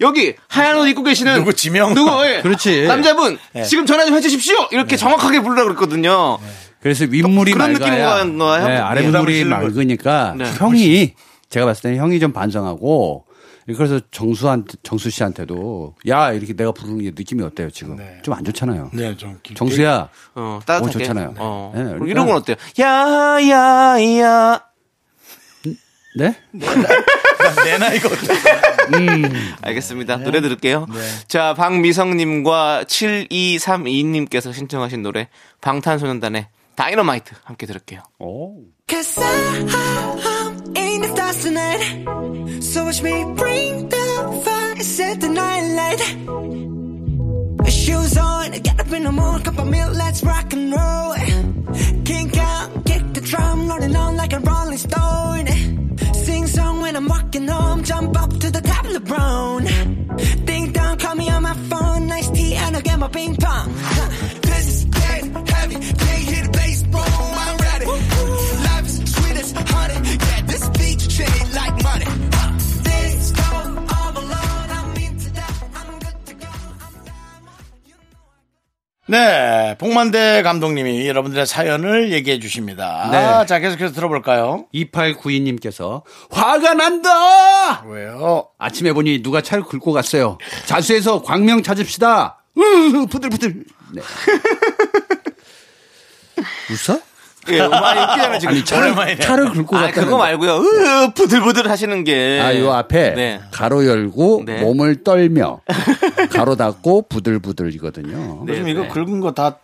여기 하얀 옷 입고 계시는 누구 지명? 누구 예. 음. 그렇지. 예. 남자분 네. 지금 전화 좀 해주십시오 이렇게 정확하게 부르라 그랬거든요. 그래서 윗물이 그런 맑아야 느낌인 건가요? 네, 아랫물이 부담을 맑으니까 네. 형이 제가 봤을 때는 형이 좀 반성하고 그래서 정수한 정수 씨한테도 야 이렇게 내가 부르는 게 느낌이 어때요 지금 좀 안 좋잖아요. 네, 좀 기- 정수야, 어, 어, 따뜻하게. 좋잖아요. 어. 네, 그리고 그러니까- 이런 건 어때요? 야야야. 네? 내 네, 나이가 네. 알겠습니다. 노래 들을게요. 자, 박미성님과 7232님께서 신청하신 노래, 방탄소년단의 다이너마이트 함께 들을게요. Cause I, I'm in the stars tonight. So watch me bring the fire, set the night light. Shoes on, get up in the morning, cup of milk, let's rock and roll. Kink out, kick the drum, rolling on like a rolling stone. Sing song when I'm walking home, jump up to the top of LeBron. Ding dong, call me on my phone, nice tea and I'll get my ping pong. Huh. This is dead heavy, can't hear the bass, boom, I'm ready. Life is sweet as honey, yeah, this beach treated like money. Huh. This song, all alone, I'm into that. 네, 복만대 감독님이 여러분들의 사연을 얘기해 주십니다. 아, 네. 자, 계속해서 들어볼까요? 2892님께서 화가 난다! 왜요? 아침에 보니 누가 차를 긁고 갔어요. 자수해서 광명 찾읍시다. 으, 부들부들. (laughs) 네. 웃어? 예, 많이 (laughs) 웃기잖아요, 지금. 아니, 차를, 오랜만이네. 차를 긁고 아, 갔다. 그거 말고요. 으, 부들부들 하시는 게. 아, 요 앞에 네. 가로 열고 네. 몸을 떨며 (laughs) 가로 닫고 부들부들이거든요. 네. 요즘 이거 긁은 거 다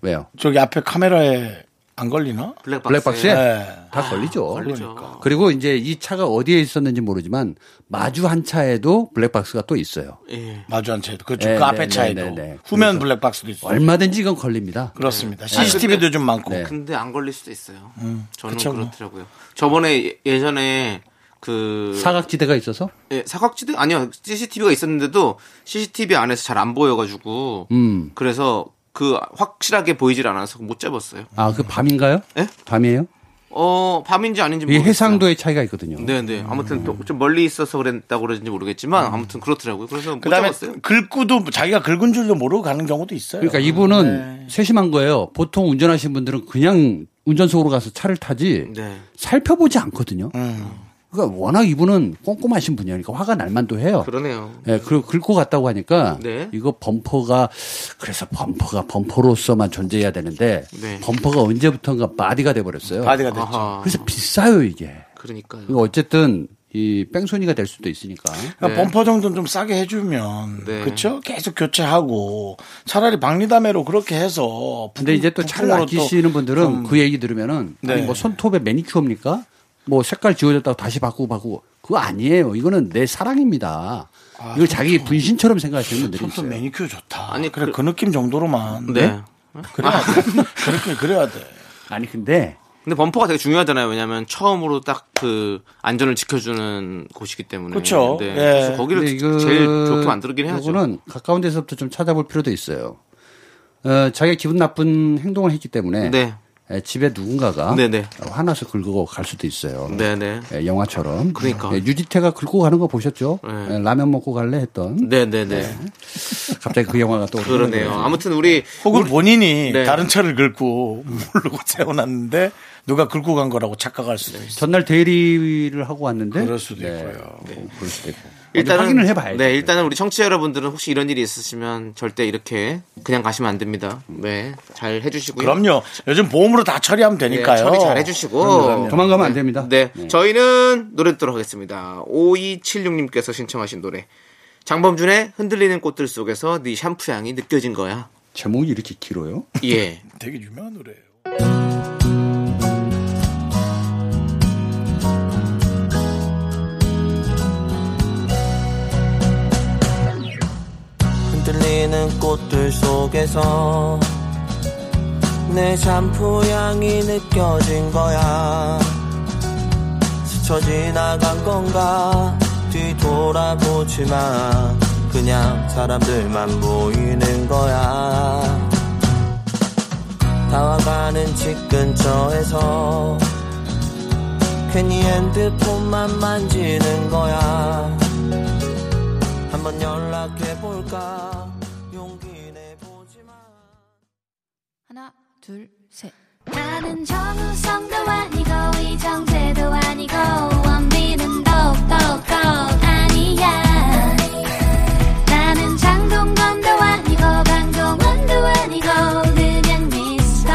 왜요? 저기 앞에 카메라에 안 걸리나? 블랙박스에 네. 아, 다 걸리죠. 걸리죠. 그리고 이제 이 차가 어디에 있었는지 모르지만 마주 한 차에도 블랙박스가 또 있어요. 예. 마주 한 차에도 그렇죠. 네, 그 앞에 네, 차에도 네, 네, 네. 후면 블랙박스도 있어요. 얼마든지 이건 걸립니다. 그렇습니다. 아, CCTV도 근데- 좀 많고. 근데 안 걸릴 수도 있어요. 음, 저는 그쵸, 그 뭐. 렇더라고요 저번에 예- 예전에 그 사각지대가 있어서 예, 사각지대 아니요 CCTV가 있었는데도 CCTV 안에서 잘 안 보여가지고 음. 그래서 그 확실하게 보이질 않아서 못 잡았어요. 아, 그 밤인가요? 예? 밤이에요? 어 밤인지 아닌지 이 모르겠어요. 해상도의 차이가 있거든요. 네네 아무튼 또 좀 멀리 있어서 그랬다고 그러는지 모르겠지만 음. 아무튼 그렇더라고요. 그래서 못 그다음에 잡았어요. 긁고도 자기가 긁은 줄도 모르고 가는 경우도 있어요. 그러니까 네. 이분은 세심한 거예요. 보통 운전하시는 분들은 그냥 운전석으로 가서 차를 타지 음. 네. 살펴보지 않거든요. 음. 그러니까 워낙 이분은 꼼꼼하신 분이니까 화가 날 만도 해요. 그러네요. 예, 그리고 긁고 갔다고 하니까 네. 이거 범퍼가 그래서 범퍼가 범퍼로서만 존재해야 되는데 네. 범퍼가 언제부턴가 바디가 돼 버렸어요. 바디가 됐죠. 아하. 그래서 비싸요, 이게. 그러니까 이거 어쨌든 이 뺑소니가 될 수도 있으니까. 그러니까 범퍼 정도는 좀 싸게 해주면 네. 그렇죠. 계속 교체하고 차라리 박리담회로 그렇게 해서. 부- 근데 이제 또 차를 부품으로 또 아끼시는 분들은 좀- 그 얘기 들으면은 네. 아니 뭐 손톱에 매니큐어입니까? 뭐 색깔 지워졌다고 다시 바꾸고 바꾸고 그거 아니에요. 이거는 내 사랑입니다. 이걸 자기 분신처럼 생각하시는 분들이 있어요. 아, 매니큐어 좋다. 아니 그래 그, 느낌 정도로만. 네. 그래야 돼. (laughs) 그렇게 그래야 돼. 아니 근데 근데 범퍼가 되게 중요하잖아요. 왜냐하면 처음으로 딱 그 안전을 지켜주는 곳이기 때문에. 그쵸. 네. 예. 그래서 거기를 근데 이거- 제일 좋게 만들긴 해야죠. 이거는 가까운 데서부터 좀 찾아볼 필요도 있어요. 어, 자기가 기분 나쁜 행동을 했기 때문에 네. 에, 집에 누군가가 네네. 화나서 긁고 갈 수도 있어요. 네네. 에, 영화처럼. 그러니까. 예, 유지태가 긁고 가는 거 보셨죠? 네. 예, 라면 먹고 갈래 했던. 네네네. 갑자기 그 영화가 또 그러네요. 아무튼 우리 혹은 본인이 다른 차를 긁고 모르고 (laughs) 세워놨는데 누가 긁고 간 거라고 착각할 수도 네. 있어. 전날 대리를 하고 왔는데 그럴 수도 있고요. 그럴 수도 있고. 일단은 확인을 해봐야죠. 네, 일단은 우리 청취자 여러분들은 혹시 이런 일이 있으시면 절대 이렇게 그냥 가시면 안 됩니다. 네, 잘 해주시고요. 그럼요. 요즘 보험으로 다 처리하면 되니까요. 네, 처리 잘 해주시고 도망가면 안 됩니다. 네, 저희는 노래 듣도록 하겠습니다. 5276님께서 신청하신 노래 장범준의 흔들리는 꽃들 속에서 네 샴푸 향이 느껴진 거야. 제목이 이렇게 길어요? 예. (laughs) 되게 유명한 노래예요. 흔들리는 꽃들 속에서 내 샴푸 향이 느껴진 거야 스쳐 지나간 건가 뒤돌아보지 마 그냥 사람들만 보이는 거야 다와가는 집 근처에서 괜히 핸드폰만 만지는 거야 한번 연락해볼까 하나 둘 셋. 나는 정우성도 아니고 이정재도 아니고 원빈은 더욱더 아니야 나는 장동건도 아니고 강동원도 아니고 그냥 미스터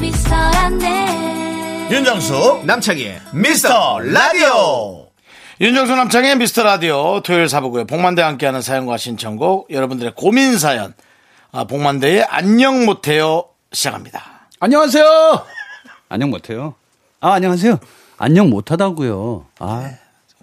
미스터란데 윤정수 남창희의 미스터 라디오 윤정수 남창희의 미스터 라디오 토요일 사부고요 복만대와 함께하는 사연과 신청곡 여러분들의 고민 사연 아, 복만대의 안녕 못해요 시작합니다 안녕하세요 (laughs) 안녕 못해요. 아 안녕하세요. 안녕 못하다고요. 아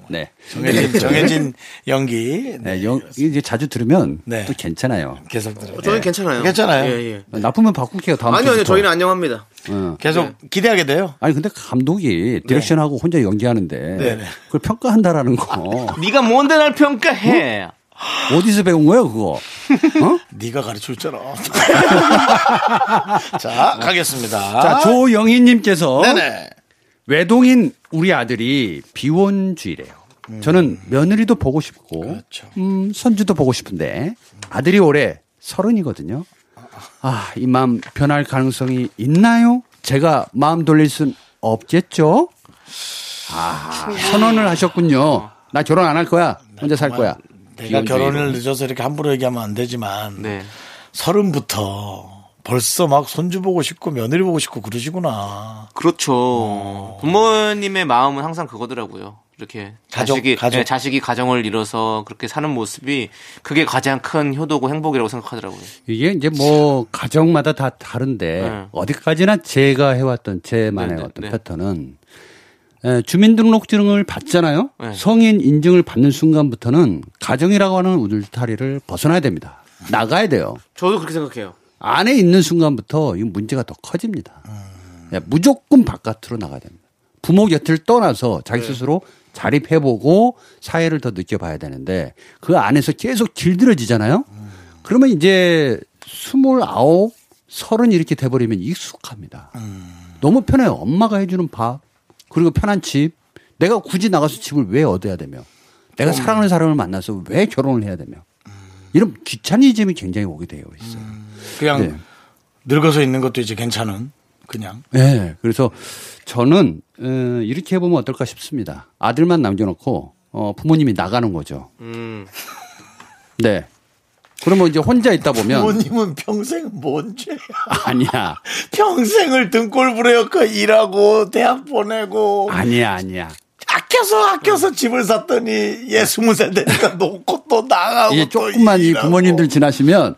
네. 정해진- 정해진 연기. 네. 영, 이제 자주 들으면 네. 또 괜찮아요. 계속 들어요. 네. 저는 네. 괜찮아요. 괜찮아요. 예, 나쁘면 바꿀게요. 다음 아니요, 아니요, 주부터. 저희는 안녕합니다. 응. 계속 기대하게 돼요. 아니 근데 감독이 디렉션하고 혼자 연기하는데 네, 네. 그걸 평가한다라는 거 (laughs) 네가 뭔데 날 평가해? 어디서 배운 거예요 그거? 네가 가르쳐줬잖아 (laughs) 자 어? 가겠습니다 아. 자, 조영희님께서 네네. 외동인 우리 아들이 비혼주의래요. 저는 며느리도 보고 싶고 음, 선주도 보고 싶은데 아들이 올해 서른이거든요. 아, 이 마음 변할 가능성이 있나요? 제가 마음 돌릴 순 없겠죠? 아, 선언을 하셨군요. 나 결혼 안 할 거야. 혼자 살 거야. 내가 네. 비혼주의로. 결혼을 늦어서 이렇게 함부로 얘기하면 안 되지만 네. 서른부터 벌써 막 손주 보고 싶고 며느리 보고 싶고 그러시구나. 그렇죠. 어. 부모님의 마음은 항상 그거더라고요. 이렇게 가정, 자식이 가정. 네, 자식이 가정을 이뤄서 그렇게 사는 모습이 그게 가장 큰 효도고 행복이라고 생각하더라고요. 이게 이제 뭐 가정마다 다 다른데 네. 어디까지나 제가 해왔던 제만의 네, 네, 어떤 네. 패턴은 에, 주민등록증을 받잖아요. 네. 성인 인증을 받는 순간부터는 가정이라고 하는 우둘타리를 벗어나야 됩니다. 나가야 돼요. 저도 그렇게 생각해요. 안에 있는 순간부터 이 문제가 더 커집니다. 예, 무조건 바깥으로 나가야 됩니다. 부모 곁을 떠나서 자기 스스로 자립해보고 사회를 더 느껴봐야 되는데 그 안에서 계속 길들여지잖아요. 그러면 이제 스물아홉, 서른 이렇게 돼버리면 익숙합니다. 너무 편해요. 엄마가 해주는 밥 그리고 편한 집. 내가 굳이 나가서 집을 왜 얻어야 되며 내가 사랑하는 사람을 만나서 왜 결혼을 해야 되며 이런 귀차니즘이 굉장히 오게 되어 있어요. 그냥 네. 늙어서 있는 것도 이제 괜찮은 그냥. 네. 그래서 저는 어, 이렇게 해보면 어떨까 싶습니다. 아들만 남겨놓고 어, 부모님이 나가는 거죠. 음. (laughs) 네. 그러면 이제 혼자 있다 보면 부모님은 평생 뭔 죄야. 아니야. 평생을 등골 부려놓고 일하고 대학 보내고 아니야, 아니야. 아껴서 아껴서 집을 샀더니 얘 스무 살 되니까 (laughs) 놓고 또 나가고 이게 또 조금만 이 일하고. 부모님들 지나시면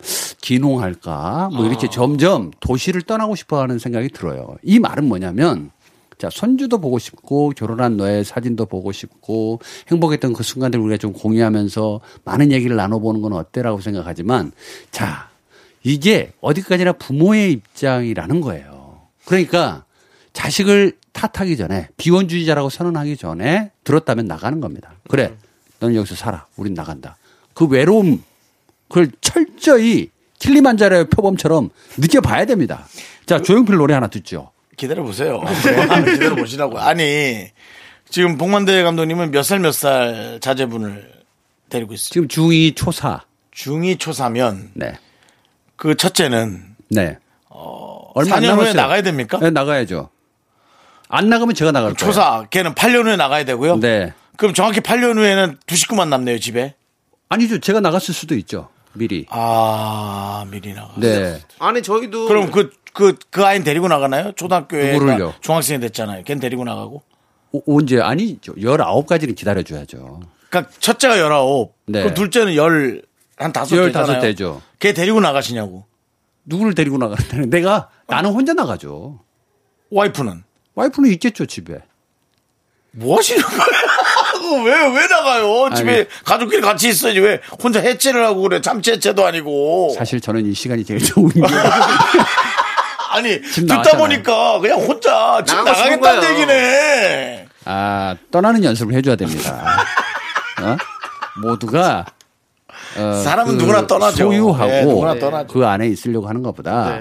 기농할까 뭐 이렇게 점점 도시를 떠나고 싶어하는 생각이 들어요. 이 말은 뭐냐면 자 손주도 보고 싶고 결혼한 너의 사진도 보고 싶고 행복했던 그 순간들 우리가 좀 공유하면서 많은 얘기를 나눠보는 건 어때라고 생각하지만 자 이게 어디까지나 부모의 입장이라는 거예요. 그러니까 자식을 탓하기 전에 비원주의자라고 선언하기 전에 들었다면 나가는 겁니다. 그래, 너는 여기서 살아. 우린 나간다. 그 외로움, 그걸 철저히 킬리만자로의 표범처럼 느껴봐야 됩니다. 자, 조용필 노래 하나 듣죠. 기다려 보세요. 기다려 (laughs) 보시라고. 아니 지금 봉만대 감독님은 몇 살 몇 살 자제분을 데리고 있어요. 지금 중2 초사. 중2 초사면 네. 그 첫째는 네. 얼마 4년 어, 후에 나가야 됩니까? 네, 나가야죠. 안 나가면 제가 나갈 거예요. 초사 걔는 8년 후에 나가야 되고요. 네. 그럼 정확히 8년 후에는 두 식구만 남네요 집에. 아니죠. 제가 나갔을 수도 있죠. 미리. 아 미리 나가. 네. 아니 저희도 그럼 그 그 그 아이는 데리고 나가나요? 초등학교에 그러니까 누구를요? 중학생이 됐잖아요. 걔는 데리고 나가고. 오, 언제 아니죠. 19까지는 기다려줘야죠. 그러니까 첫째가 19. 네. 그럼 둘째는 열 한 다섯 15 되잖아요. 되죠. 걔 데리고 나가시냐고. 누구를 데리고 나가는데 내가 나는 혼자 나가죠. 와이프는 와이프는 있겠죠 집에. 뭐 하시는 거야? (laughs) 왜, 왜 나가요? 집에 아니. 가족끼리 같이 있어야지. 왜 혼자 해체를 하고 그래. 잠치 해체도 아니고. 사실 저는 이 시간이 제일 좋은 게 아니, 집 듣다 나왔잖아요. 보니까 그냥 혼자 집 나가고 싶은 나가겠다는 거예요. 얘기네. 아, 떠나는 연습을 해줘야 됩니다. 어? 모두가 어, 사람은 누구나 떠나죠. 소유하고 예, 누구나 떠나죠. 그 안에 있으려고 하는 것보다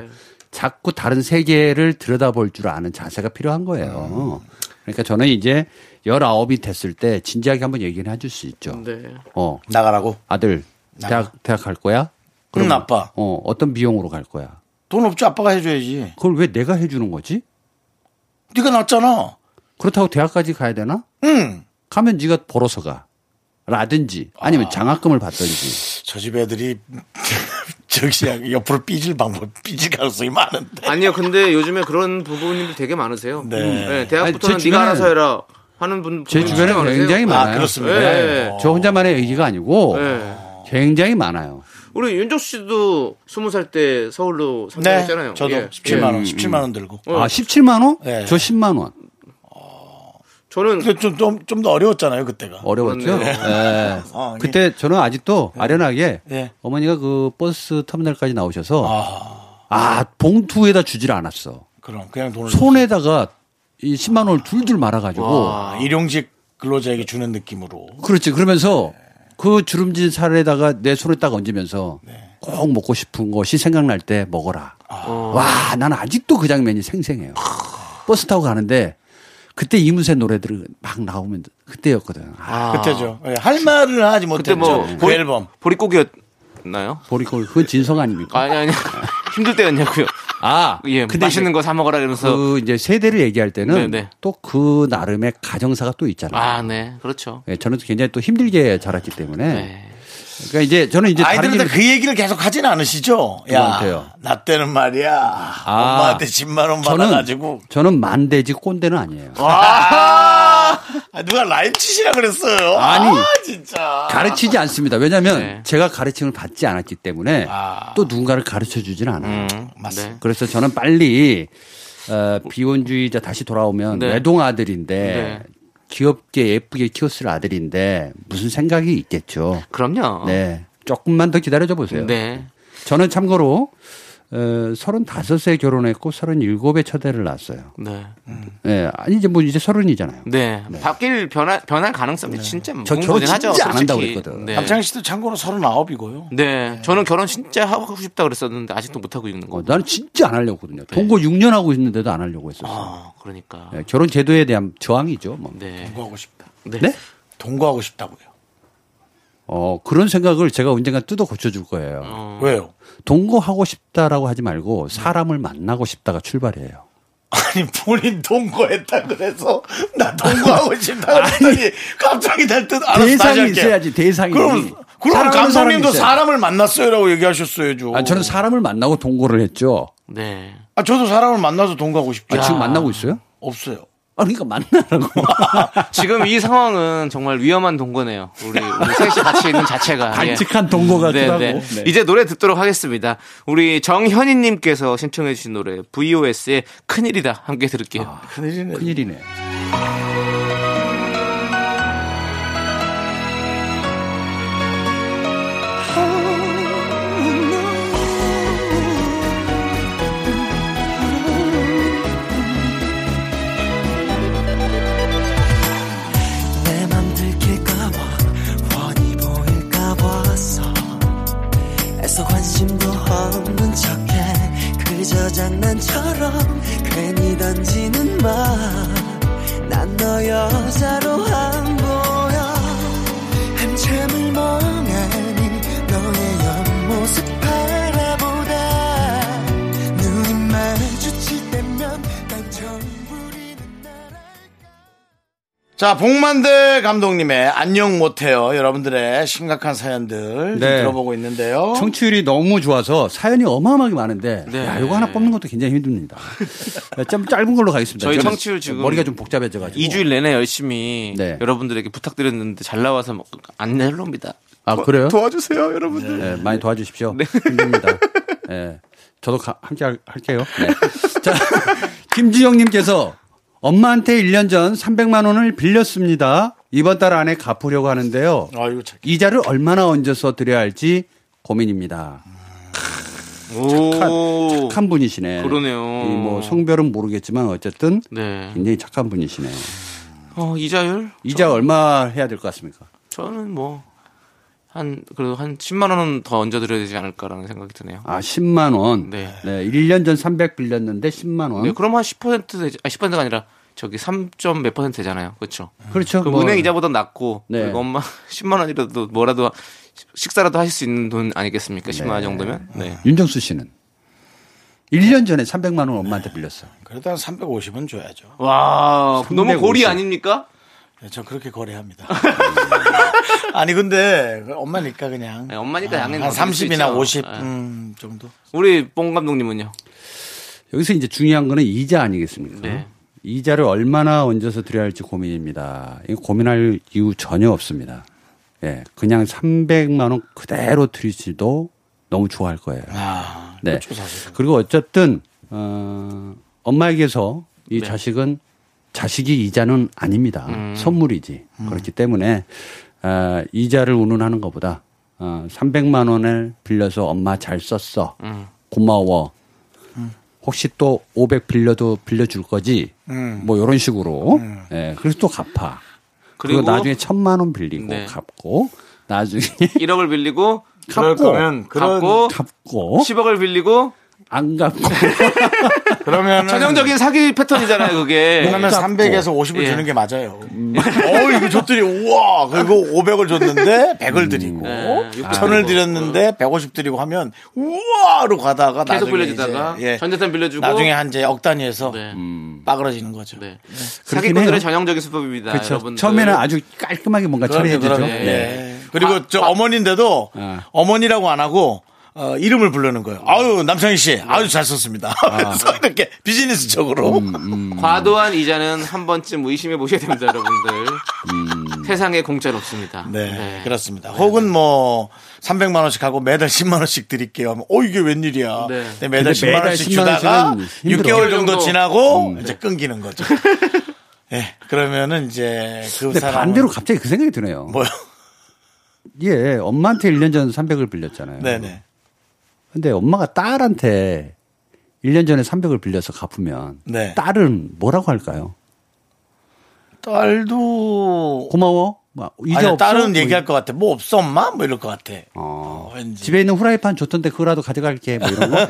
자꾸 다른 세계를 들여다볼 줄 아는 자세가 필요한 거예요. 그러니까 저는 이제 19이 됐을 때 진지하게 한번 얘기를 해줄 수 있죠. 네. 어, 나가라고. 아들, 나가. 대학, 대학 갈 거야? 응, 아빠. 어, 어떤 비용으로 갈 거야? 돈 없지 아빠가 해줘야지. 그걸 왜 내가 해주는 거지? 네가 낳았잖아. 그렇다고 대학까지 가야 되나? 응. 가면 네가 벌어서 가. 라든지 아니면 장학금을 받든지. 저 집 애들이 (laughs) 적시하게 옆으로 삐질 방법, 삐질 가능성이 많은데. 아니요, 근데 요즘에 그런 부모님들 되게 많으세요. 네. 음. 아니, 대학부터는 제 네가 주변에- 알아서 해라 하는 분. 제 부모님 주변에 진짜 많으세요. 굉장히 많아요. 네. 그렇습니다. 그렇죠. 예. 저 혼자만의 얘기가 아니고 예. 굉장히 많아요. 우리 윤정 씨도 스무 살 때 서울로 네. 상경했잖아요. 예. 음, 저도 17만 원, 17만 원 들고. 어. 아, 17만 원? 예. 저 10만 원. 예. 저는 그, 근데 좀, 좀, 좀 더 어려웠잖아요, 그때가. 어려웠죠? 그렇네요. 예. 아, 예. 그때 저는 아직도 아련하게 예. 어머니가 그 버스 터미널까지 나오셔서 아, 봉투에다 주질 않았어. 그럼 그냥 돈을 손에다가 이 10만 원을 둘둘 말아 가지고 아, 일용직 근로자에게 주는 느낌으로 그렇지. 그러면서 그 주름진 살에다가 내 손을 딱 얹으면서 꼭 먹고 싶은 것이 생각날 때 먹어라. 와, 나는 아직도 그 장면이 생생해요. 버스 타고 가는데 그때 이문세 노래들이 막 나오면 그때였거든. 아, 그때죠. 예, 할 말을 하지 못했죠. 뭐 그 보이- 앨범 보릿고기였나요? 보리골, 그건 진성 (laughs) 아닙니까? 아니 아니. 힘들 때였냐고요. 아, 예, 근데 맛있는 거 사 먹어라 그러면서 그 이제 세대를 얘기할 때는 네, 네. 또 그 나름의 가정사가 또 있잖아요. 아, 네, 그렇죠. 네, 예, 저는 굉장히 또 힘들게 자랐기 때문에. 그러니까 이제 저는 이제 네. 아이들한테 다른 그 얘기를 계속 하진 않으시죠? 누구한테요? 아. 야, 나 때는 말이야. 엄마한테 10만 원 저는- 받아가지고 저는 만대지 꼰대는 아니에요. 아, 누가 라임 치시라 그랬어요? 아니. 아, 진짜. 가르치지 않습니다. 왜냐하면 네. 제가 가르침을 받지 않았기 때문에 아. 또 누군가를 가르쳐 주지는 음. 않아요. 맞습니다. 네. 그래서 저는 빨리 어, 비혼주의자 다시 돌아오면 네. 외동 아들인데 네. 귀엽게 예쁘게 키웠을 아들인데 무슨 생각이 있겠죠. 그럼요. 네. 조금만 더 기다려줘 보세요. 어. 네. 저는 참고로 어, 35세 결혼했고 37에 첫애를 낳았어요. 네. 네. 아니 이제 뭐 이제 서른이잖아요. 네. 바뀔 변화 변할 가능성이 진짜 네. 저 결혼 무궁무진하죠. 진짜 안 한다고 솔직히. 그랬거든. 네. 남창희 씨도 참고로 39이고요. 네. 저는 결혼 진짜 하고 싶다 그랬었는데 아직도 못 하고 있는 거. 어, 나는 진짜 안 하려고 거든요 네. 동거 6년 하고 있는데도 안 하려고 했었어요. 그러니까. 예, 결혼 제도에 대한 저항이죠. 뭐. 동거하고 싶다. 네. 동거하고 싶다고요. 어, 그런 생각을 제가 언젠가 뜯어 고쳐줄 거예요. 왜요? 동거하고 싶다라고 하지 말고 사람을 만나고 싶다가 출발이에요. 아니 본인 동거했다 그래서 나 동거하고 (laughs) 싶다 그랬더니 갑자기 될듯 알아서 다시 대상이 할게. 있어야지, 대상이. 그럼 그럼 사랑하는 감독님도 사람이 있어요. 사람을 만났어요라고 얘기하셨어야죠. 아, 저는 사람을 만나고 동거를 했죠. 네. 아, 저도 사람을 만나서 동거하고 싶죠. 아, 지금 만나고 있어요? 없어요. 아, 그러니까 (laughs) 만나라고. 지금 이 상황은 정말 위험한 동거네요. 우리 우리 셋이 같이 있는 자체가 예. 간직한 동거 같기도 하고. 네. 네. 이제 노래 듣도록 하겠습니다. 우리 정현희님께서 신청해주신 노래 VOS의 큰일이다 함께 들을게요. 그 큰일이네. 아, 큰일이네. 내맘 들킬까봐 훤히 보일까봐 서 애써 관심도 없는 척해 그저 장난처럼 괜히 던지는 말난 너 여자로 안 보여 한참을 멍하니 너의 옆모습 바라보다 눈이 마주칠 때면 난 전부리 자, 복만대 감독님의 안녕 못해요. 여러분들의 심각한 사연들 좀 네. 들어보고 있는데요. 청취율이 너무 좋아서 사연이 어마어마하게 많은데 네. 야, 이거 하나 뽑는 것도 굉장히 힘듭니다. 좀 짧은 걸로 가겠습니다. 저희 저는 청취율 지금 머리가 좀 복잡해져가지고 2주일 내내 열심히 네. 여러분들에게 부탁드렸는데 잘 나와서 뭐- 안 낼럽니다. 아 그래요? 도와주세요, 여러분들. 네, 많이 도와주십시오. 힘듭니다. 네, 저도 가- 함께 할, 게요 네. 자, 김지영님께서 엄마한테 1년 전 300만 원을 빌렸습니다. 이번 달 안에 갚으려고 하는데요. 이자를 얼마나 얹어서 드려야 할지 고민입니다. 착한, 착한 분이시네. 그러네요. 이뭐 성별은 모르겠지만 어쨌든 네. 굉장히 착한 분이시네. 어, 이자율? 이자 얼마 해야 될 것 같습니까? 저는 뭐, 한, 그래도 한 10만 원은 더 얹어드려야 되지 않을까라는 생각이 드네요. 아, 10만 원. 네. 1년 전 300 빌렸는데 10만 원. 네, 그럼 한 10% 되지, 아, 10%가 아니라 저기 3.몇 퍼센트 되잖아요. 그렇죠. 그렇죠. 그 뭐. 은행 이자보다 낮고 네. 그리고 엄마 (laughs) 10만 원이라도 뭐라도 식사라도 하실 수 있는 돈 아니겠습니까? 10만 원 정도면. 네. 윤정수 씨는 1년 전에 300만 원 엄마한테 빌렸어. 그래도 한 350은 줘야죠. 와, 너무 350. 고리 아닙니까? 네, 저 그렇게 거래합니다. (laughs) 아니 근데 그 엄마니까 그냥 네, 엄마니까 아, 양해는 한 받을 수 30이나 있죠. 50 네. 음, 정도. 우리 뽕 감독님은요? 여기서 이제 중요한 거는 이자 아니겠습니까? 이자를 얼마나 얹어서 드려야 할지 고민입니다. 이거 고민할 이유 전혀 없습니다. 예. 그냥 300만 원 그대로 드리지도 너무 좋아할 거예요. 네. 그리고 어쨌든 어, 엄마에게서 이 자식은 자식이 이자는 아닙니다. 선물이지. 그렇기 때문에 아, 이자를 운운하는 것보다 어, 300만 원을 빌려서 엄마 잘 썼어. 고마워. 혹시 또 500 빌려도 빌려줄 거지. 음. 뭐 이런 식으로. 예, 그래서 또 갚아. 그리고, 그리고 (laughs) 나중에 천만 원 빌리고 네. 갚고 (laughs) 나중에 1억을 빌리고 갚고 음, 갚고 갚고 어? 10억을 빌리고 안 갚고. 그러면 전형적인 네. 사기 패턴이잖아요, 그게. 왜냐면 깎고. 300에서 50을 예. 주는 게 맞아요. (laughs) 어, 이거 줬더니 우와. 그리고 500을 줬는데 100을 드리고 네, 1000을 드렸는데 150 드리고 하면 우와로 가다가 계속 나중에 빌려주다가 이제, 예. 전재산 빌려주고 나중에 한 이제 억 단위에서 음. 빠그러지는 거죠. 사기꾼들의 전형적인 수법입니다. 그렇죠. 여러분들. 처음에는 아주 깔끔하게 뭔가 처리해 주죠. 아, 네. 그럼요, 그럼요. 예. 그리고 저 어머니인데도 어. 어머니라고 안 하고 어, 이름을 부르는 거예요. 네. 아유 남창희 씨, 아유 잘 썼습니다. (laughs) 그래서 이렇게 비즈니스적으로 음, 음. 과도한 이자는 한 번쯤 의심해 보셔야 됩니다, 여러분들. 세상에 공짜는 없습니다. (laughs) 네, 그렇습니다. 혹은 뭐 300만 원씩 하고 매달 10만 원씩 드릴게요. 하면 어 이게 웬일이야. 네. 근데 매달 근데 10만 매달 원씩 10만 원씩은 주다가 힘들어. 6개월 정도 정도. 음. 네. 지나고 이제 끊기는 거죠. (laughs) 예. 그러면은 이제 그 근데 사람 반대로 갑자기 그 생각이 드네요. (laughs) 뭐요? (laughs) 예, 엄마한테 1년 전 300을 빌렸잖아요. 네네. 근데 엄마가 딸한테 1년 전에 300을 빌려서 갚으면 네. 딸은 뭐라고 할까요? 딸도 고마워. 막 이자 아니, 없어? 딸은 뭐 얘기할 것 같아. 뭐 없어 엄마? 뭐 이럴 것 같아. 어, 왠지. 집에 있는 후라이팬 줬던데 그거라도 가져갈게. 뭐 (laughs) 이런 거.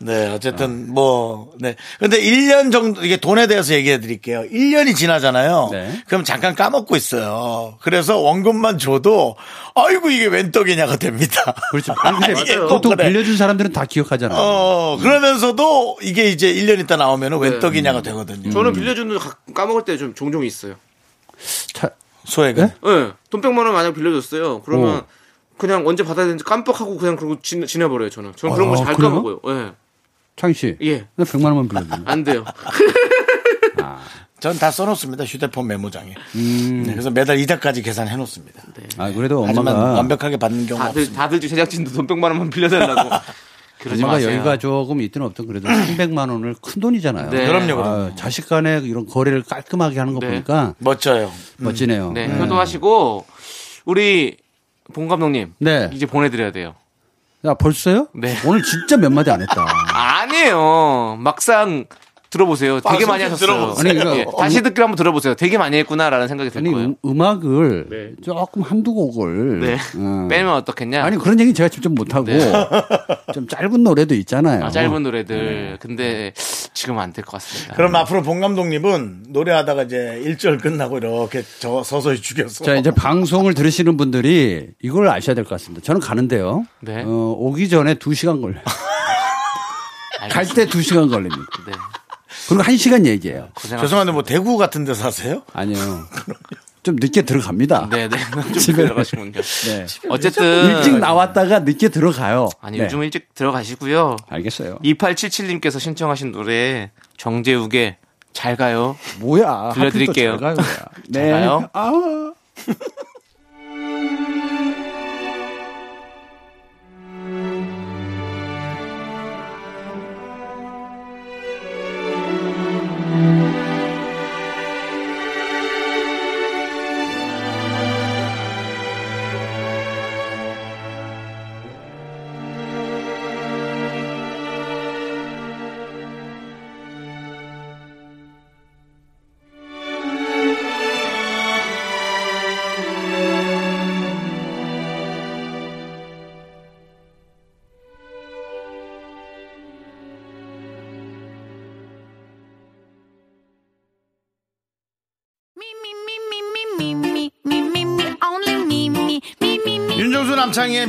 네, 어쨌든 뭐 네. 근데 1년 정도 이게 돈에 대해서 얘기해 드릴게요. 1년이 지나잖아요. 네. 그럼 잠깐 까먹고 있어요. 그래서 원금만 줘도 아이고 이게 웬 떡이냐가 됩니다. (laughs) 그렇죠. 아니, 근데 이게 꼭 보통 그래. 빌려준 사람들은 다 기억하잖아요. 어, 그러면서도 이게 이제 1년 있다 나오면은 웬 네. 떡이냐가 음. 되거든요. 저는 빌려주는 거 가- 까먹을 때 좀 종종 있어요. 소액은 네? 예. 돈 100만 원 만약 빌려줬어요. 그러면 오. 그냥 언제 받아야 되는지 깜빡하고 그냥 그러고 지, 지나버려요, 저는. 저는 그런 아, 거 잘 그래요? 까먹어요. 예. 창희 씨. 예. 나 100만 원만 빌려줘. 안 돼요. 전 다 써놓습니다. 휴대폰 메모장에. 음. 네, 그래서 매달 이자까지 계산해 놓습니다. 아, 그래도 하지만 엄마가 완벽하게 받는 경우 없습니다. 다들, 다들 제작진도 돈 100만 원만 빌려달라고. 그러지 엄마가 마세요. 여유가 조금 있든 없든 그래도 300만 원을 큰 돈이잖아요. 네. 그럼요, 그럼요. 아, 자식 간에 이런 거래를 깔끔하게 하는 거 네. 보니까 멋져요. 멋지네요. 네, 효도하시고 우리 봉 감독님 네. 이제 보내드려야 돼요. 야, 벌써요? 네. 오늘 진짜 몇 마디 (laughs) 안 했다. 아니에요. 막상 들어보세요. 되게 방송 많이 좀 하셨어요. 들어보세요. 아니, 그러니까 뭐- 예, 어느- 다시 듣기로 한번 들어보세요. 되게 많이 했구나라는 생각이 들 거예요. 음악을 조금 한두 곡을 네. 음. (laughs) 빼면 어떻겠냐? 아니 그런 얘기 제가 직접 못 하고 네. 좀 짧은 노래도 있잖아요. 네. 아, 짧은 노래들. 근데 지금 은 안 될 것 같습니다. 그럼 앞으로 봉 감독님은 노래하다가 이제 1절 끝나고 이렇게 저 서서히 죽여서 자, 이제 방송을 들으시는 분들이 이걸 아셔야 될 것 같습니다. 저는 가는데요. 네. 어, 오기 전에 두시간 걸려요. 갈 때 두시간 걸립니다. 네. 그리고 한시간 얘기해요. (laughs) 죄송한데 뭐 대구 같은 데서 하세요? 아니요. 좀 늦게 들어갑니다. 네, 네. 좀 집에. 들어가시군요. (laughs) 네. 어쨌든 일찍 나왔다가 늦게 들어가요. 아니 네. 요즘 일찍 들어가시고요. 알겠어요. 2877님께서 신청하신 노래 정재욱의 잘 가요. 뭐야? 들려드릴게요. 하필 또잘 가요야. 네. 잘 가요. 아. 윤정수 남창희의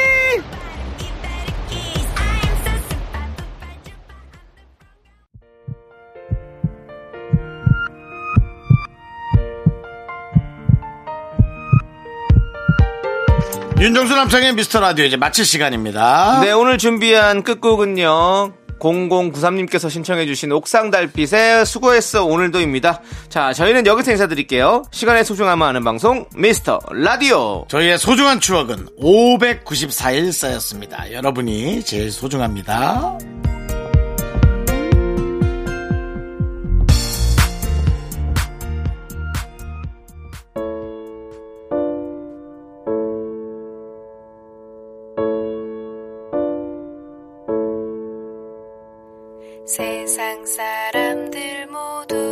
윤정수 남창의 미스터 라디오 이제 마칠 시간입니다. 네, 오늘 준비한 끝곡은요. 0093님께서 신청해주신 옥상달빛의 수고했어 오늘도입니다. 자, 저희는 여기서 인사드릴게요. 시간의 소중함을 아는 방송, 미스터 라디오. 저희의 소중한 추억은 594일 쌓였습니다. 여러분이 제일 소중합니다. 세상 사람들 모두